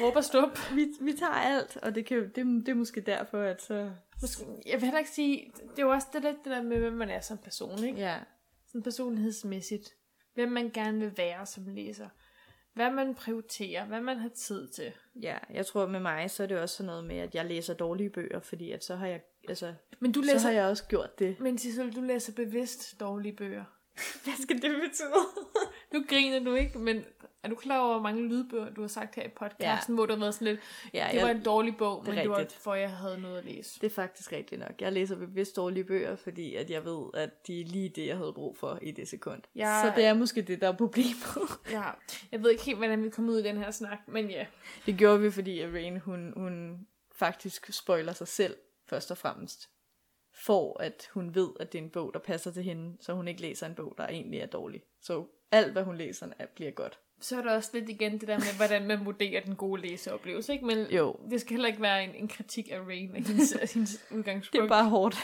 S2: Råb og stup.
S1: vi, vi tager alt, og det, kan, jo- det, det er måske derfor, at så,
S2: Måske, jeg vil heller ikke sige, det er jo også det, der, det der med, hvem man er som person, ikke?
S1: ja,
S2: Sådan personlighedsmæssigt. Hvem man gerne vil være som læser. Hvad man prioriterer, hvad man har tid til.
S1: ja. Jeg tror med mig, så er det også sådan noget med, at jeg læser dårlige bøger, fordi at så har jeg, altså,
S2: Men du
S1: du læser... så
S2: læser,
S1: har jeg også gjort det.
S2: men Sissel, du læser bevidst dårlige bøger.
S1: Hvad skal det betyde?
S2: Nu griner du ikke, men er du klar over, hvor mange lydbøger, du har sagt her i podcasten, ja. hvor du har været sådan lidt,
S1: ja,
S2: det var en dårlig bog,
S1: det er
S2: men det var,
S1: rigtigt.
S2: for jeg havde noget at læse.
S1: Det er faktisk rigtigt nok. Jeg læser bevidst dårlige bøger, fordi at jeg ved, at de er lige det, jeg havde brug for i det sekund.
S2: Jeg-
S1: Så det er måske det, der er problemet.
S2: Ja, jeg ved ikke helt, hvordan vi kom ud i den her snak, men ja.
S1: det gjorde vi, fordi at Rain, hun, hun faktisk spoiler sig selv, først og fremmest. For at hun ved, at det er en bog, der passer til hende, så hun ikke læser en bog, der egentlig er dårlig. Så alt, hvad hun læser, er, bliver godt.
S2: Så er der også lidt igen det der med, hvordan man vurderer den gode læseoplevelse, ikke? Men
S1: Jo,
S2: det skal heller ikke være en, en kritik af Rain og hendes, af hendes
S1: Det
S2: udgangspunkt.
S1: er bare hårdt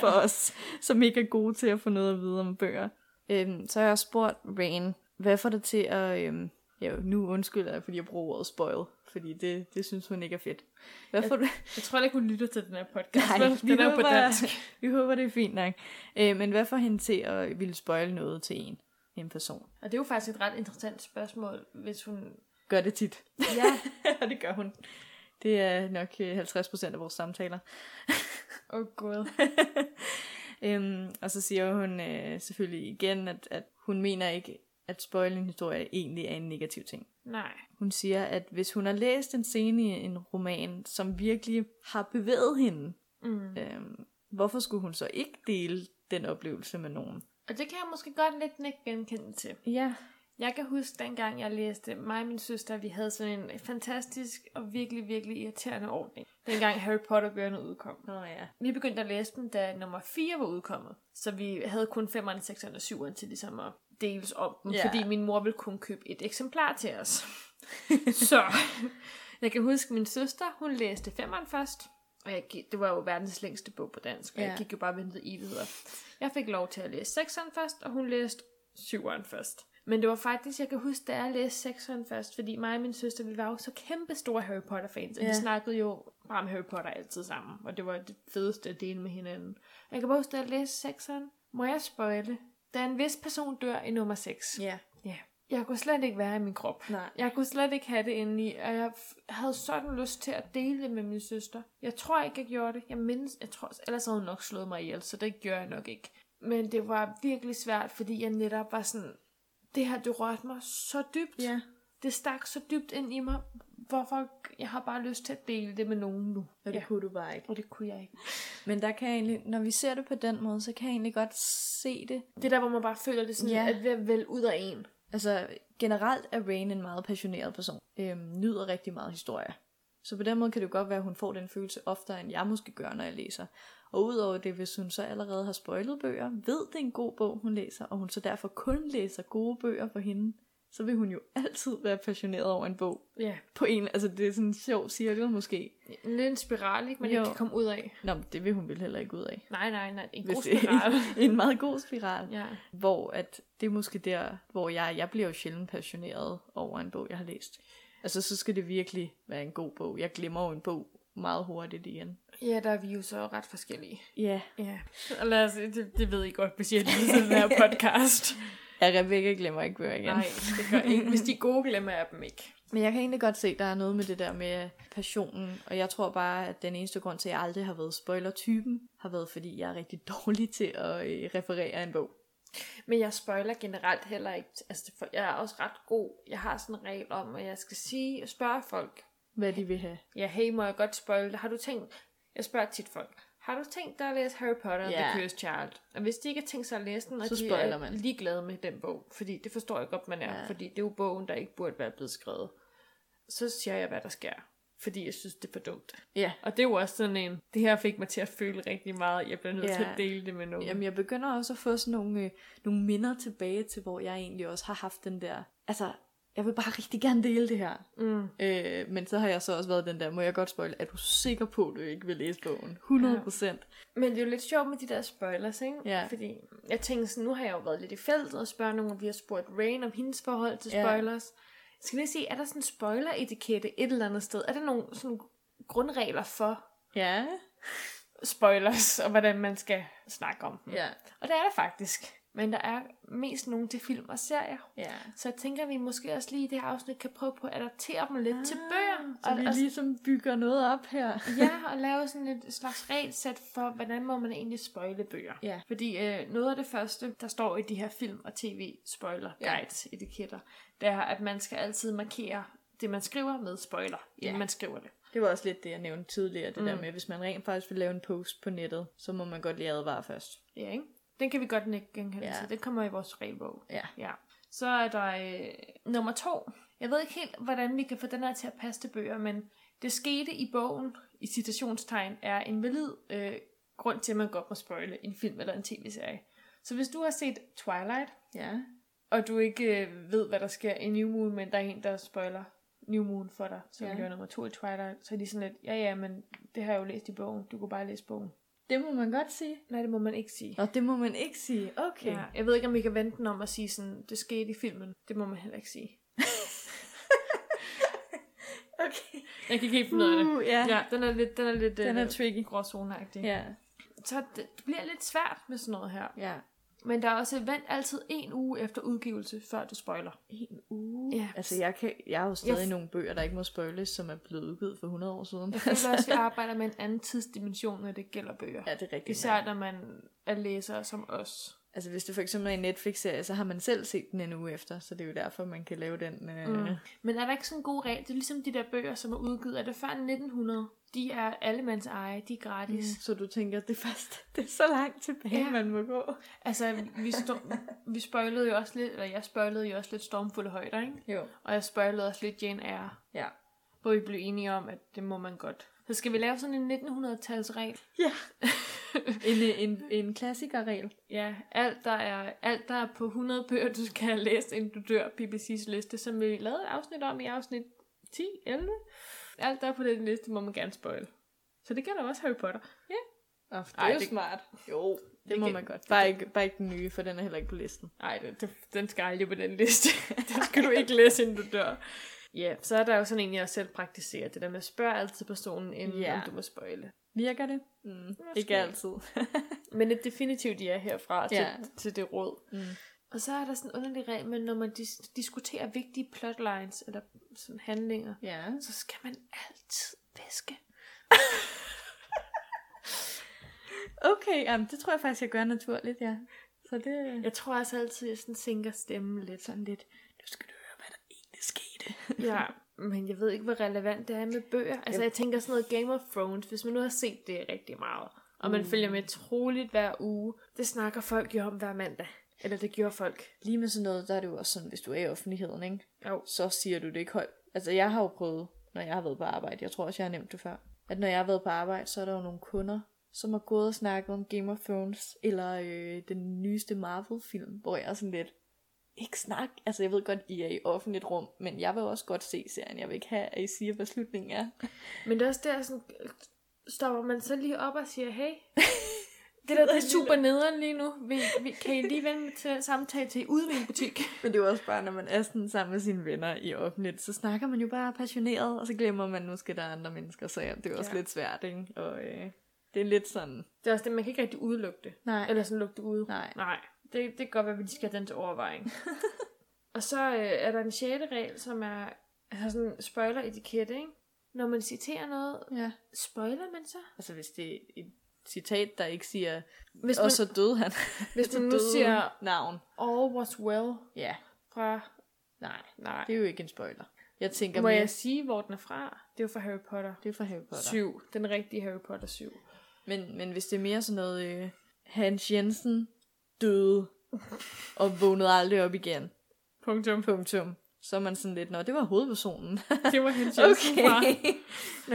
S1: for os, som ikke er gode til at få noget at vide om bøger. Øhm, så har jeg også spurgt Rain, hvad får det til at... Øhm, ja, nu undskylder jeg, fordi jeg bruger ordet spoil, fordi det, det synes hun ikke er fedt. Hvad får du...
S2: Jeg tror heller ikke, hun lytter til den her podcast.
S1: Nej,
S2: vel?
S1: vi
S2: den er jo på
S1: håber-
S2: dansk.
S1: Vi håber, det er fint nok. Øh, men hvad får hende til at ville spoil noget til en, en person?
S2: Og det er jo faktisk et ret interessant spørgsmål, hvis hun...
S1: Gør det tit.
S2: Ja,
S1: Og det gør hun. Det er nok øh, 50% af vores samtaler.
S2: åh oh god.
S1: Øhm, og så siger hun øh, selvfølgelig igen, at, at hun mener ikke, at spoil en historie egentlig er en negativ ting.
S2: Nej.
S1: Hun siger, at hvis hun har læst en scene i en roman, som virkelig har bevæget hende,
S2: Mm.
S1: øhm, hvorfor skulle hun så ikke dele den oplevelse med nogen?
S2: Og det kan jeg måske godt lidt ikke genkende til.
S1: Ja.
S2: Jeg kan huske dengang, jeg læste, mig og min søster, vi havde sådan en fantastisk og virkelig, virkelig irriterende ordning. Dengang Harry Potter-bøgerne udkom.
S1: Nå ja.
S2: Vi begyndte at læse dem, da nummer 4 var udkommet. Så vi havde kun 5'eren, 6'eren og 7'eren til ligesom at deles om dem,
S1: Ja.
S2: yeah. fordi min mor ville kun købe et eksemplar til os. så jeg kan huske, min søster, hun læste 5'eren først. Og jeg gik, det var jo verdens længste bog på dansk, og yeah.
S1: Ja.
S2: jeg gik jo bare og ventede evigheder. Jeg fik lov til at læse 6'eren først, og hun læste 7'eren først. Men det var faktisk, jeg kan huske, da jeg læste 6'eren først, fordi mig og min søster, vi var jo så kæmpe store Harry Potter-fans, og
S1: Ja.
S2: vi snakkede jo bare om Harry Potter altid sammen, og det var det fedeste at dele med hinanden. Og jeg kan bare huske, da jeg læste 6'eren, må jeg spoile, da en vis person dør i nummer 6.
S1: Ja.
S2: Ja. Jeg kunne slet ikke være i min krop.
S1: Nej.
S2: Jeg kunne slet ikke have det indeni, og jeg f- havde sådan lyst til at dele det med min søster. Jeg tror ikke, jeg gjorde det. Jeg mindes, jeg tror, ellers havde hun nok slået mig ihjel, så det gjorde jeg nok ikke. Men det var virkelig svært, fordi jeg netop var sådan, det her, det rørte mig så dybt.
S1: Ja.
S2: Det stak så dybt ind i mig, hvorfor jeg har bare lyst til at dele det med nogen nu.
S1: Og det ja. kunne du bare ikke.
S2: Og det kunne jeg ikke.
S1: Men der kan jeg egentlig, når vi ser det på den måde, så kan jeg egentlig godt se det.
S2: Det er der, hvor man bare føler det sådan,
S1: Ja.
S2: ja. at ved vel ud af en.
S1: Altså, generelt er Rain en meget passioneret person. Øhm, nyder rigtig meget historie. Så på den måde kan det jo godt være, at hun får den følelse oftere, end jeg måske gør, når jeg læser. Og udover det, hvis hun så allerede har spoilet bøger, ved det er en god bog, hun læser, og hun så derfor kun læser gode bøger for hende, så vil hun jo altid være passioneret over en bog.
S2: Ja.
S1: På en, altså det er sådan en sjov cirkel måske.
S2: En lille spiral, ikke? Man
S1: Jo.
S2: ikke kan komme ud af.
S1: Nå, men det vil hun vel heller ikke ud af.
S2: Nej, nej, nej. En god
S1: Hvis det-
S2: spiral.
S1: en meget god spiral.
S2: ja.
S1: Hvor at det er måske der, hvor jeg, jeg bliver jo sjældent passioneret over en bog, jeg har læst. Altså, så skal det virkelig være en god bog. Jeg glemmer jo en bog meget hurtigt igen.
S2: ja, der er vi jo så ret forskellige.
S1: Ja.
S2: Ja. Og lad os, det, det ved I godt, hvis I har lyttet til den her podcast.
S1: Ja, Rebecca glemmer ikke bøger igen.
S2: nej, det gør I ikke. Hvis de er gode, glemmer jeg dem ikke.
S1: Men jeg kan egentlig godt se, at der er noget med det der med passionen, og jeg tror bare, at den eneste grund til, at jeg aldrig har været spoiler-typen, har været, fordi jeg er rigtig dårlig til at øh, referere en bog.
S2: Men jeg spoiler generelt heller ikke. Altså, det- for jeg er også ret god. Jeg har sådan en regel om, at jeg skal sige og spørge folk.
S1: Hvad de vil have.
S2: Ja, hey, må jeg godt spoil det? Har du tænkt... Jeg spørger tit folk. Har du tænkt dig at læse Harry Potter og
S1: Ja.
S2: The Cursed Child? Og hvis de ikke har tænkt sig at læse den, og
S1: Så
S2: de
S1: spoiler
S2: er
S1: man.
S2: ligeglade med den bog, fordi det forstår jeg godt, man er,
S1: Ja.
S2: ja. fordi det er jo bogen, der ikke burde være blevet skrevet, så siger jeg, hvad der sker. Fordi jeg synes, det er for dumt.
S1: Ja.
S2: Og det er jo også sådan en, det her fik mig til at føle rigtig meget, jeg bliver nødt
S1: Ja.
S2: til at dele det med nogen.
S1: Jamen, jeg begynder også at få sådan nogle, øh, nogle minder tilbage til, hvor jeg egentlig også har haft den der... Altså, jeg vil bare rigtig gerne dele det her.
S2: Mm.
S1: Øh, men så har jeg så også været den der, må jeg godt spoil, er du sikker på, at du ikke vil læse bogen? 100%. Ja.
S2: Men det er jo lidt sjovt med de der spoilers, ikke?
S1: Ja.
S2: Fordi jeg tænker sådan, nu har jeg jo været lidt i feltet og spørger nogen, og vi har spurgt Rain om hendes forhold til
S1: Ja.
S2: spoilers. Jeg skal lige sige, er der sådan en spoiler-etikette et eller andet sted? Er der nogle sådan grundregler for
S1: Ja.
S2: spoilers, og hvordan man skal snakke om dem?
S1: Ja.
S2: Og det er der faktisk. Men der er mest nogen til film og serier.
S1: ja.
S2: Så jeg tænker, at vi måske også lige i det her afsnit kan prøve på at adaptere dem lidt til bøger.
S1: Ah, Så
S2: og,
S1: vi
S2: og,
S1: ligesom bygger noget op her.
S2: ja, og lave sådan et slags regelsæt for, hvordan må man egentlig spoile bøger.
S1: Ja.
S2: Fordi øh, noget af det første, der står i de her film- og tv-spoiler-guides-etiketter, det er, at man skal altid markere det, man skriver med spoiler, inden
S1: Ja.
S2: man skriver det.
S1: Det var også lidt det, jeg nævnte tidligere, det mm. der
S2: Mm.
S1: med, hvis man rent faktisk vil lave en post på nettet, så må man godt lige advare først.
S2: Ja, ikke? Den kan vi godt ikke genkende
S1: Ja.
S2: til. Den kommer i vores regelbog.
S1: Ja.
S2: ja. Så er der øh, nummer to. Jeg ved ikke helt, hvordan vi kan få den her til at passe til bøger, men det skete i bogen, i citationstegn, er en valid øh, grund til, at man godt må spoile en film eller en tv-serie. Så hvis du har set Twilight,
S1: Ja.
S2: og du ikke øh, ved, hvad der sker i New Moon, men der er en, der spoiler New Moon for dig, som
S1: Ja.
S2: ja. gør nummer to i Twilight, så er de sådan lidt, ja ja, men det har jeg jo læst i bogen, du kunne bare læse bogen.
S1: Det må man godt sige.
S2: Nej, det må man ikke sige.
S1: Og det må man ikke sige. Okay.
S2: Ja, jeg ved ikke, om vi kan vente den om at sige sådan, det skete i filmen. Det må man heller ikke sige.
S1: Okay.
S2: Jeg kan ikke helt finde ud af det.
S1: Uh, ja. ja.
S2: Ja, den er lidt, den er lidt øh,
S1: Den er tricky.
S2: gråzoneagtig. Ja.
S1: Ja.
S2: Så det, det bliver lidt svært med sådan noget her.
S1: Ja.
S2: Men der er også vent altid en uge efter udgivelse, før du spoiler.
S1: En uge.
S2: Ja.
S1: Altså, jeg, kan, jeg har jo stadig
S2: Jeg-
S1: nogle bøger, der ikke må spoiles, som er blevet udgivet for 100 år siden.
S2: Jeg føler også, at vi arbejder med en anden tidsdimension, når det gælder bøger.
S1: ja, det er rigtigt.
S2: Især når man er læser som os.
S1: Altså, hvis det for eksempel er en Netflix-serie, så har man selv set den en uge efter, så det er jo derfor, man kan lave den... Øh...
S2: Mm. Men er der ikke sådan en god regel? Det er ligesom de der bøger, som er udgivet. Er det før 1900? De er allemands eje, de er gratis. Mm.
S1: Så du tænker, det er, først, det er så langt tilbage, ja.
S2: Ja.
S1: man må gå.
S2: Altså, vi, stod, vi spoilede jo også lidt, eller jeg spoilede jo også lidt Stormfulde Højder, ikke?
S1: Jo.
S2: Og jeg spoilede også lidt Jane Eyre,
S1: Ja.
S2: hvor vi blev enige om, at det må man godt. Så skal vi lave sådan en 1900-tals regel?
S1: Ja. En, øh, en, en klassikerregel.
S2: Ja, alt der, er, alt der er på 100 bøger, du skal have læst, inden du dør, BBC's liste, som vi lavede et afsnit om i afsnit 10, 11. Alt der er på den liste, må man gerne spoil. Så det gælder også Harry Potter.
S1: Oh, det
S2: Ej, det-
S1: smart. Jo, det, det
S2: det
S1: må
S2: kan-
S1: man godt. Bare ikke, bare ikke den nye, for den er heller ikke på listen.
S2: Nej, den, den- den skal aldrig på den liste. den skal du ikke læse, inden du dør. Ja, yeah, så er der jo sådan en, jeg selv praktiserer. Det der med at spørge altid personen, inden
S1: Ja.
S2: yeah. om du må spoile.
S1: Virker det? Mm, ikke
S2: ikke.
S1: altid.
S2: Men et definitivt ja herfra til,
S1: Ja.
S2: yeah. til det råd.
S1: Mm.
S2: Og så er der sådan en underlig regel, men når man dis- diskuterer vigtige plotlines eller sådan handlinger,
S1: Ja.
S2: så skal man altid væske.
S1: Okay, jamen, det tror jeg faktisk, jeg gør naturligt, ja. Så det...
S2: Jeg tror også altid, jeg sådan sænker stemmen lidt. Sådan lidt.
S1: Nu skal du høre, hvad der egentlig skete.
S2: Ja, men jeg ved ikke, hvor relevant det er med bøger. Altså, jeg tænker sådan noget Game of Thrones, hvis man nu har set det rigtig meget, og man følger med troligt hver uge, det snakker folk jo om hver mandag. Eller det gjorde folk.
S1: Lige med sådan noget, der er det jo også sådan, hvis du er i offentligheden, ikke?
S2: Jo.
S1: så siger du det ikke højt. Altså, jeg har jo prøvet, når jeg har været på arbejde, jeg tror også, jeg har nævnt det før, at når jeg har været på arbejde, så er der jo nogle kunder, som har gået og snakket om Game of Thrones, eller øh, den nyeste Marvel-film, hvor jeg er sådan lidt, ikke snak. Altså, jeg ved godt, I er i offentligt rum, men jeg vil jo også godt se serien. Jeg vil ikke have, at I siger, hvad slutningen er.
S2: Men det er også der, sådan, stopper man så lige op og siger, hey, det der det er super nederen lige nu. Vi, vi, kan I lige vende til den samtale til I er ude ved en butik?
S1: Men det er jo også bare, når man er sådan sammen med sine venner i offentligt, så snakker man jo bare passioneret, og så glemmer man, nu skal der andre mennesker, så ja, det er jo også ja.
S2: Ja.
S1: lidt svært, ikke? Og øh, det er lidt sådan...
S2: Det er også det, man kan ikke rigtig udelukke det.
S1: Nej.
S2: Eller sådan lukke det ude.
S1: Nej.
S2: Nej. Det, det kan godt være, at vi lige skal have den til overvejning. og så øh, er der en sjette regel, som er altså sådan spoiler-etikette, ikke? Når man citerer noget,
S1: Ja.
S2: spoiler man så?
S1: Altså hvis det er et citat, der ikke siger,
S2: Hvis
S1: og
S2: man,
S1: så døde han.
S2: hvis
S1: Så
S2: man nu
S1: døde
S2: siger,
S1: navn.
S2: all was well
S1: Ja,
S2: fra...
S1: nej.
S2: Nej.
S1: Det er jo ikke en spoiler. Jeg tænker,
S2: Det Må
S1: mere-
S2: jeg sige, hvor den er fra? Det er jo fra Harry Potter.
S1: det er fra Harry Potter.
S2: 7. Den rigtige Harry Potter 7.
S1: Men, men hvis det er mere sådan noget, øh, Hans Jensen døde og vågnede aldrig op igen.
S2: Punktum.
S1: Punktum. Så er man sådan lidt, nå, det var hovedpersonen.
S2: Det var hendes Jensen fra.
S1: okay.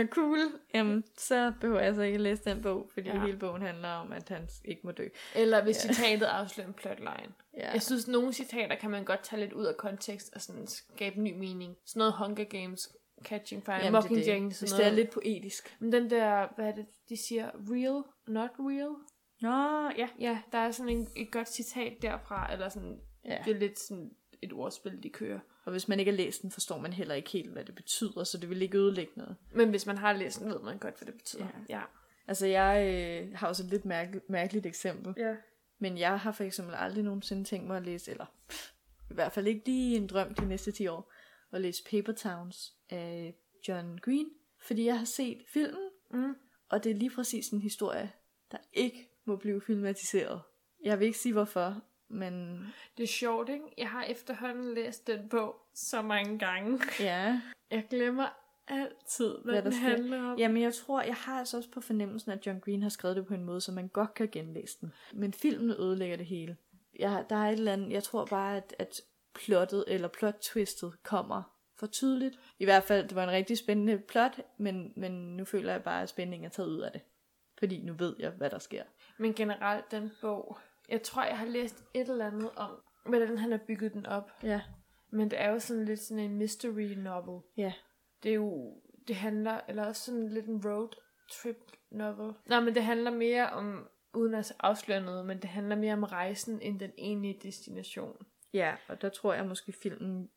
S1: nå, cool. Jamen, så behøver jeg så ikke at læse den bog, fordi
S2: Ja.
S1: ja. hele bogen handler om, at han ikke må dø.
S2: Eller hvis citatet afslører en plotline.
S1: Ja.
S2: Jeg synes, nogle citater kan man godt tage lidt ud af kontekst og sådan skabe ny mening. Sådan noget Hunger Games, Catching Fire,
S1: Jamen, det er det.
S2: Mockingjay, sådan
S1: Hvis
S2: noget.
S1: det er lidt poetisk.
S2: Men den der, hvad er det, de siger? Real, not real?
S1: Nå, ja.
S2: Ja, der er sådan en, et godt citat derfra, eller sådan,
S1: ja.
S2: det er lidt sådan et ordspil, de kører.
S1: Og hvis man ikke har læst den, forstår man heller ikke helt, hvad det betyder, så det vil ikke ødelægge noget.
S2: Men hvis man har læst den, ved man godt, hvad det betyder. Ja. ja.
S1: Altså, jeg øh, har også et lidt mærke, mærkeligt eksempel.
S2: ja.
S1: Men jeg har for eksempel aldrig nogensinde tænkt mig at læse, eller pff, i hvert fald ikke lige en drøm de næste 10 år, at læse Paper Towns af John Green, fordi jeg har set filmen,
S2: Mm.
S1: og det er lige præcis en historie, der ikke må blive filmatiseret. Jeg vil ikke sige hvorfor, men
S2: Det er sjovt, ikke? Jeg har efterhånden læst den bog så mange gange.
S1: ja.
S2: Jeg glemmer altid, hvad,
S1: Hvad
S2: hvad
S1: der
S2: den
S1: sker.
S2: handler om.
S1: Jamen jeg tror, jeg har altså også på fornemmelsen, at John Green har skrevet det på en måde, så man godt kan genlæse den. Men filmen ødelægger det hele. Jeg, der er et eller andet, jeg tror bare, at, at plottet eller plot-twistet kommer for tydeligt. I hvert fald, det var en rigtig spændende plot, men, men nu føler jeg bare, at spændingen er taget ud af det. Fordi nu ved jeg, hvad der sker.
S2: Men generelt, den bog, jeg tror, jeg har læst et eller andet om, hvordan han har bygget den op.
S1: Ja,
S2: Men det er jo sådan lidt sådan en mystery novel.
S1: ja.
S2: Det er jo, det handler, eller også sådan lidt en road trip novel. Nej, men det handler mere om, uden at afsløre noget, men det handler mere om rejsen, end den egentlige destination.
S1: Ja, og der tror jeg måske filmen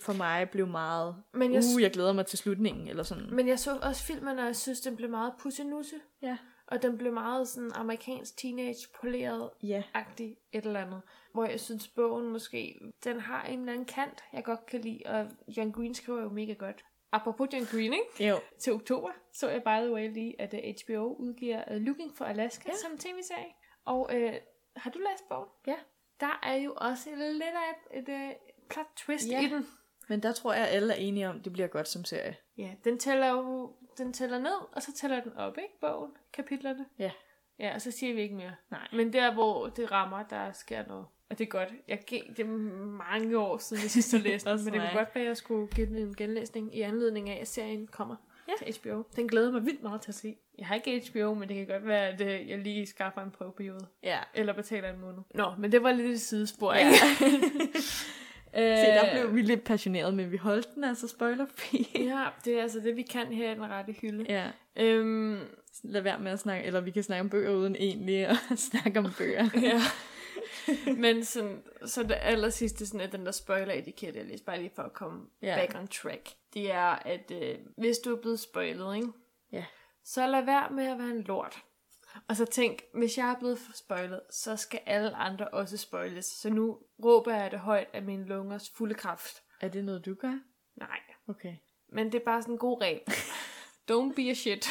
S1: for mig blev meget,
S2: Men jeg,
S1: uh, jeg glæder mig til slutningen, eller sådan.
S2: men jeg så også filmen, og jeg synes, den blev meget pussenusse.
S1: Ja.
S2: Og den blev meget sådan amerikansk teenage poleret
S1: Ja,
S2: agtig et eller andet. Hvor jeg synes, bogen måske, den har en eller anden kant, jeg godt kan lide, og John Green skriver jo mega godt. Apropos John Green, ikke?
S1: jo.
S2: til oktober så jeg by the way lige, at øh, HBO udgiver øh, Looking for Alaska ja. som tv-serie. Og øh, har du læst bogen?
S1: Ja.
S2: Der er jo også lidt af et, et øh, plot twist
S1: Ja.
S2: i den.
S1: Men der tror jeg, alle er enige om, at det bliver godt som serie.
S2: Ja, den tæller jo den tæller ned, og så tæller den op, ikke? Bogen, kapitlerne.
S1: Ja.
S2: Ja, og så siger vi ikke mere.
S1: Nej.
S2: Men der, hvor det rammer, der sker noget. Og det er godt. Jeg gav det er mange år siden, jeg sidst har læst den,
S1: Også
S2: men det kunne
S1: mig.
S2: godt være, at jeg skulle give den en genlæsning i anledning af, at serien kommer
S1: Ja.
S2: til HBO. Den glæder mig vildt meget til at se. Jeg har ikke HBO, men det kan godt være, at øh, jeg lige skaffer en prøveperiode.
S1: Ja.
S2: Eller betaler en måned. Nå, men det var lidt et sidespor,
S1: Ja.
S2: ikke? Øh,
S1: Se, der blev vi lidt passionerede, men vi holdt den altså spoilerfri.
S2: Ja, det er altså det, vi kan her i den rette hylde.
S1: ja.
S2: Øhm,
S1: Lad være med at snakke, eller vi kan snakke om bøger uden egentlig at snakke om bøger.
S2: ja. Men sådan, så det aller sidste, sådan, at den der spoiler-etikette, jeg læste bare lige for at komme
S1: Ja.
S2: yeah. back on track, det er, at øh, hvis du er blevet spoilet, ikke?
S1: Ja.
S2: så lad være med at være en lort. Og så tænk, hvis jeg er blevet spoilet, så skal alle andre også spoiles. Så nu råber jeg det højt af mine lungers fulde kraft.
S1: Er det noget, du gør?
S2: Nej,
S1: Okay.
S2: men det er bare sådan en god regel. Don't be a shit.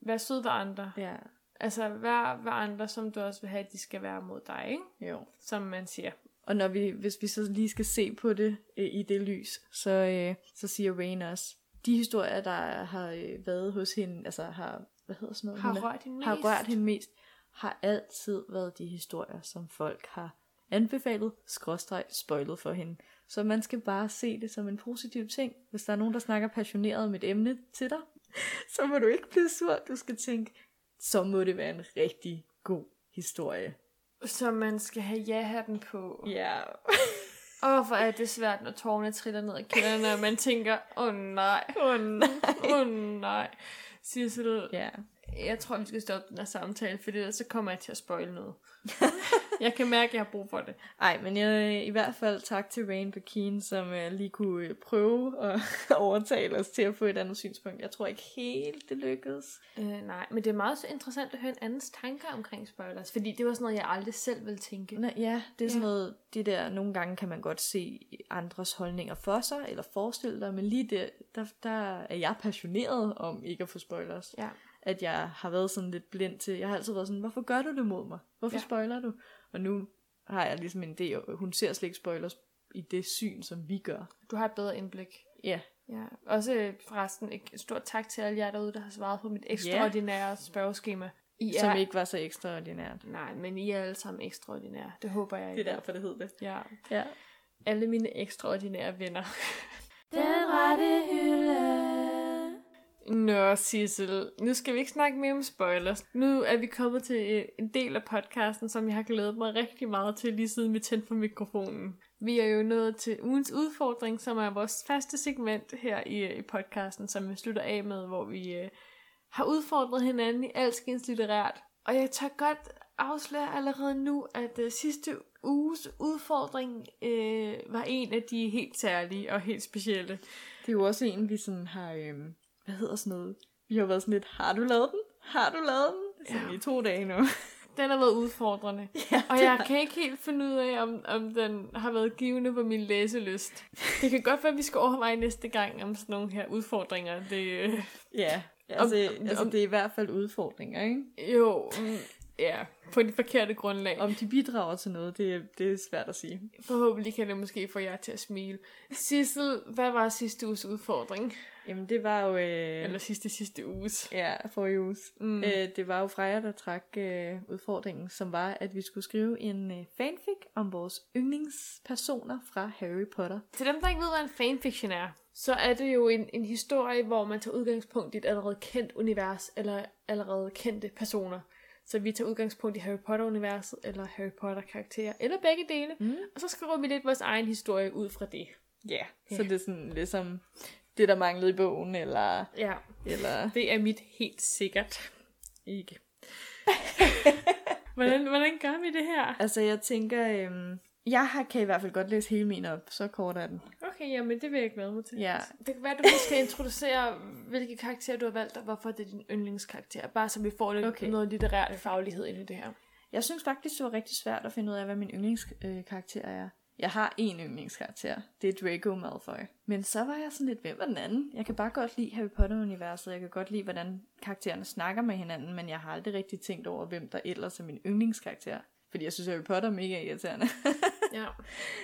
S2: Vær sød ved andre.
S1: Ja.
S2: Altså, vær ved andre, som du også vil have, at de skal være mod dig, ikke?
S1: Jo.
S2: Som man siger.
S1: Og når vi, hvis vi så lige skal se på det øh, i det lys, så, øh, så siger Rain også, de historier, der har øh, været hos hende, altså har, hvad hedder sådan noget?
S2: Har
S1: hun er-
S2: rørt hende
S1: har
S2: mest.
S1: rørt hende mest, har altid været de historier, som folk har anbefalet, skråstreg, spoilet for hende. Så man skal bare se det som en positiv ting. Hvis der er nogen, der snakker passioneret om et emne til dig, så må du ikke blive sur. Du skal tænke, så må det være en rigtig god historie.
S2: Så man skal have ja-hatten på.
S1: Ja.
S2: Åh, oh, hvor er det svært, når tårerne triller ned ad kælderne, og man tænker, åh oh, nej, åh oh, nej, åh oh, nej. Sissel,
S1: Ja.
S2: jeg tror, vi skal stoppe den her samtale, for ellers så kommer jeg til at spoile noget. jeg kan mærke, at jeg har brug for det.
S1: Ej, men jeg, i hvert fald tak til Rain Bakeen, som uh, lige kunne øh, prøve at overtale os til at få et andet synspunkt. Jeg tror ikke helt, det lykkedes.
S2: Øh, nej, men det er meget så interessant at høre en andens tanker omkring spoilers, fordi det var sådan noget, jeg aldrig selv ville tænke.
S1: Nå, ja, det er sådan
S2: Ja.
S1: noget, det der, nogle gange kan man godt se andres holdninger for sig, eller forestille dig, men lige der, der, der er jeg passioneret om ikke at få spoilers.
S2: Ja.
S1: At jeg har været sådan lidt blind til, jeg har altid været sådan, hvorfor gør du det mod mig? Hvorfor
S2: Ja.
S1: ja. spoiler du? Og nu har jeg ligesom en idé, hun ser slet ikke spoilers i det syn, som vi gør.
S2: Du har et bedre indblik.
S1: Ja,
S2: Ja. Også øh, forresten et stort tak til alle jer derude, der har svaret på mit ekstraordinære yeah. spørgeskema. I
S1: ja. som ikke var så ekstraordinært.
S2: Nej, men I er alle sammen ekstraordinære. Det håber jeg ikke.
S1: derfor, det hed det.
S2: Ja.
S1: Ja.
S2: alle mine ekstraordinære venner.
S1: Den rette hylde.
S2: Nå, Sissel, nu skal vi ikke snakke mere om spoilers. Nu er vi kommet til øh, en del af podcasten, som jeg har glædet mig rigtig meget til, lige siden vi tændte for mikrofonen. Vi er jo nået til ugens udfordring, som er vores faste segment her i, øh, i podcasten, som vi slutter af med, hvor vi øh, har udfordret hinanden i alskens litterært. Og jeg tør godt afsløre allerede nu, at øh, sidste uges udfordring øh, var en af de helt særlige og helt specielle.
S1: Det er jo også en, vi sådan har, øhm, hvad hedder sådan noget? Vi har været sådan lidt, har du lavet den? Har du lavet den? Sådan
S2: Ja.
S1: i to dage nu.
S2: Den har været udfordrende.
S1: ja,
S2: Og jeg kan ikke helt finde ud af, om, om den har været givende på min læselyst. Det kan godt være, at vi skal overveje næste gang, om sådan nogle her udfordringer. Det, øh,
S1: ja. Altså,
S2: om-
S1: altså,
S2: om-
S1: det er i hvert fald udfordringer, ikke?
S2: jo, mm, ja, på det forkerte grundlag.
S1: Om de bidrager til noget, det, det er svært at sige.
S2: Forhåbentlig kan det måske få jer til at smile. Sissel, hvad var sidste uges udfordring?
S1: Jamen, det var jo... Øh,
S2: Eller sidste, sidste uges?
S1: Ja, for use.
S2: Mm.
S1: Mm. Øh, det var jo Freja, der trak øh, udfordringen, som var, at vi skulle skrive en øh, fanfic om vores yndlingspersoner fra Harry Potter.
S2: Til dem, der ikke ved, hvad en fanfiction er, så er det jo en, en historie, hvor man tager udgangspunkt i et allerede kendt univers, eller allerede kendte personer. Så vi tager udgangspunkt i Harry Potter-universet, eller Harry Potter-karakterer, eller begge dele.
S1: Mm.
S2: Og så skriver vi lidt vores egen historie ud fra det.
S1: Ja, yeah.
S2: Ja.
S1: så det er sådan ligesom det, der manglede i bogen, eller...
S2: Ja,
S1: eller
S2: det er mit helt sikkert. Ikke. hvordan, hvordan gør vi det her?
S1: altså, jeg tænker... Øhm, jeg har, kan i hvert fald godt læse hele min op, så kort er den.
S2: Okay, jamen det vil jeg glæde mig til.
S1: Ja.
S2: Det kan være, du måske skal introducere, hvilke karakterer du har valgt, og hvorfor det er din yndlingskarakter. Bare så vi får lidt okay.
S1: Okay.
S2: noget litterær faglighed ind i det her.
S1: Jeg synes faktisk, det var rigtig svært at finde ud af, hvad min yndlingskarakter er. Jeg har én yndlingskarakter. Det er Draco Malfoy. Men så var jeg sådan lidt, hvem var den anden? Jeg kan bare godt lide Harry Potter-universet. Jeg kan godt lide, hvordan karaktererne snakker med hinanden. Men jeg har aldrig rigtig tænkt over, hvem der ellers er min yndlingskarakter. Fordi jeg synes, Harry Potter er mega irriterende.
S2: Ja.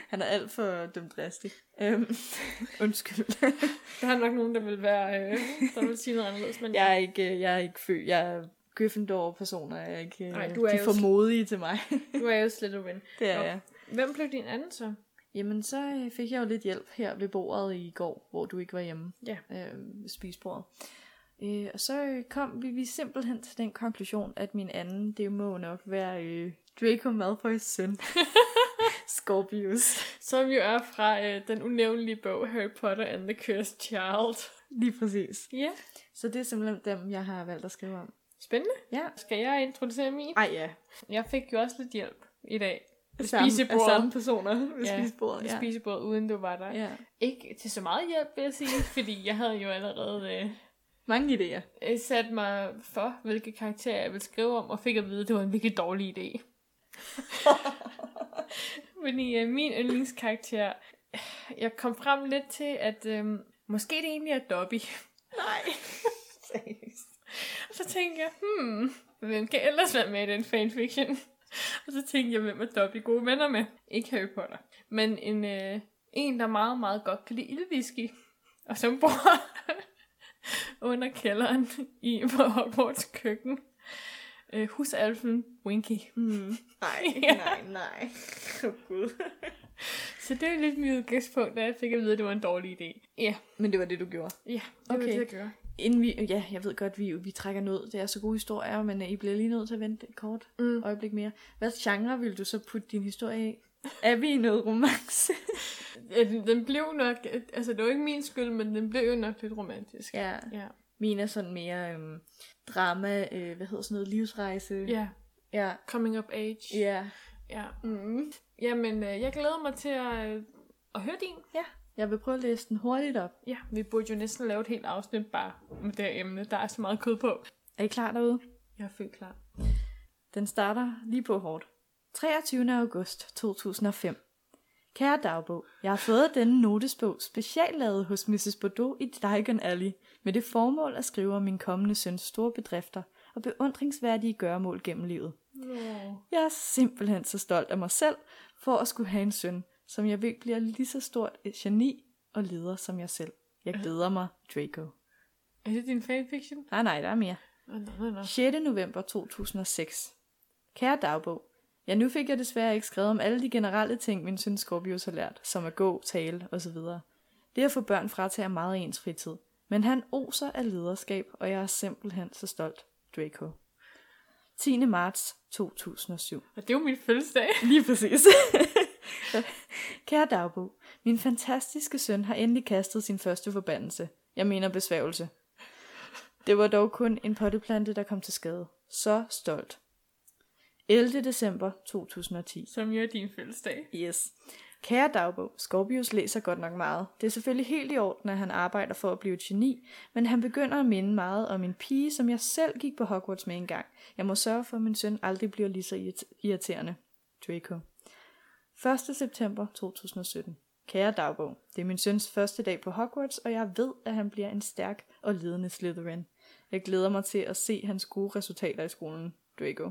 S1: Han er alt for dumdristig. Øhm, undskyld.
S2: Der er nok nogen, der vil være, øh, der vil sige noget anderledes, men
S1: jeg er ikke, øh, jeg er ikke fø. Jeg er Gryffindor-personer. Jeg er ikke, øh,
S2: Nej, du
S1: de
S2: er
S1: er
S2: jo
S1: for
S2: sl-
S1: modige til mig.
S2: du er jo slet win.
S1: det er
S2: Nå.
S1: jeg.
S2: Hvem blev din anden så?
S1: Jamen, så øh, fik jeg jo lidt hjælp her ved bordet i går, hvor du ikke var hjemme.
S2: Ja.
S1: Øh, ved spisbordet. Øh, og så øh, kom vi, vi simpelthen til den konklusion, at min anden, det må nok være øh, Draco Malfoys søn. Scorpius.
S2: Som jo er fra øh, den unævnlige bog Harry Potter and the Cursed Child.
S1: Lige præcis.
S2: Ja.
S1: Så det er simpelthen dem, jeg har valgt at skrive om.
S2: Spændende.
S1: Ja.
S2: Skal jeg introducere min?
S1: Ej ja.
S2: Jeg fik jo også lidt hjælp i dag.
S1: Af
S2: spisebordet.
S1: Samme, af samme personer ved
S2: Ja,
S1: spisebordet.
S2: Ja.
S1: Ja.
S2: Spisebordet, uden du var der.
S1: ja.
S2: Ikke til så meget hjælp, vil jeg sige, fordi jeg havde jo allerede... Øh,
S1: Mange idéer.
S2: øh, satte mig for, hvilke karakterer jeg ville skrive om, og fik at vide, at det var en virkelig dårlig idé. Fordi øh, min yndlingskarakter, jeg kom frem lidt til, at øh, måske det egentlig er Dobby.
S1: Nej. Seriøst.
S2: Og så tænkte jeg, hmm, hvem kan ellers være med i den fanfiction? Og så tænkte jeg, hvem er Dobby gode venner med? Ikke Harry Potter. Men en, øh, en der meget, meget godt kan lide ildviski. Og som bor under kælderen i på Hogwarts køkken. Øh, husalfen Winky.
S1: Mm. Nej,
S2: Ja.
S1: nej, nej. Åh oh, gud.
S2: Så det er lidt mit udgangspunkt, da jeg fik at vide, at det var en dårlig idé. Ja,
S1: Men det var det, du gjorde.
S2: ja det okay. var
S1: Okay.
S2: det, jeg gjorde.
S1: Inden vi, ja, jeg ved godt, vi, vi trækker ned. Det er så gode historier, men øh, I bliver lige nødt til at vente et kort
S2: Mm.
S1: øjeblik mere. Hvad genre vil du så putte din historie i? Er vi i noget romance?
S2: Ja, Øh, den, den blev nok, altså det var ikke min skyld, men den blev jo nok lidt romantisk.
S1: ja.
S2: Ja.
S1: Min er sådan mere øhm, drama, øh, hvad hedder sådan noget, livsrejse.
S2: ja.
S1: Ja.
S2: Coming of age.
S1: ja.
S2: Ja.
S1: Mm.
S2: Jamen, øh, jeg glæder mig til at, øh, at høre din.
S1: Jeg vil prøve at læse den hurtigt op.
S2: Ja, vi burde jo næsten lave et helt afsnit bare med det her emne. Der er så meget kød på.
S1: Er I klar derude?
S2: Jeg er fuldt klar.
S1: Den starter lige på hårdt. 23. august 2005. Kære dagbog, jeg har fået denne notesbog speciallavet hos Mrs. Bordeaux i Diagon Alley med det formål at skrive om min kommende søns store bedrifter og beundringsværdige gøremål gennem livet.
S2: Nå.
S1: Jeg er simpelthen så stolt af mig selv for at skulle have en søn, som jeg ved bliver lige så stort et geni og leder som jeg selv. Jeg glæder mig, Draco.
S2: Er det din fanfiction?
S1: Nej, nej, der er mere.
S2: Nå, nå, nå, nå.
S1: 6. november 2006. Kære dagbog, Ja, nu fik jeg desværre ikke skrevet om alle de generelle ting, min søn Scorpius har lært, som at gå, tale osv. Det at få børn fratager meget af ens fritid. Men han oser af lederskab, og jeg er simpelthen så stolt. Draco. 10. marts 2007.
S2: Og det er jo min fødselsdag.
S1: Lige præcis. Kære dagbog, min fantastiske søn har endelig kastet sin første forbandelse. Jeg mener besværgelse. Det var dog kun en potteplante, der kom til skade. Så stolt. 11. december 2010.
S2: Som jo er din fødselsdag.
S1: Yes. Kære dagbog, Scorpius læser godt nok meget. Det er selvfølgelig helt i orden, at han arbejder for at blive et geni, men han begynder at minde meget om en pige, som jeg selv gik på Hogwarts med engang. Jeg må sørge for, at min søn aldrig bliver lige så irrit- irriterende. Draco. 1. september 2017. Kære dagbog, det er min søns første dag på Hogwarts, og jeg ved, at han bliver en stærk og ledende Slytherin. Jeg glæder mig til at se hans gode resultater i skolen. Draco.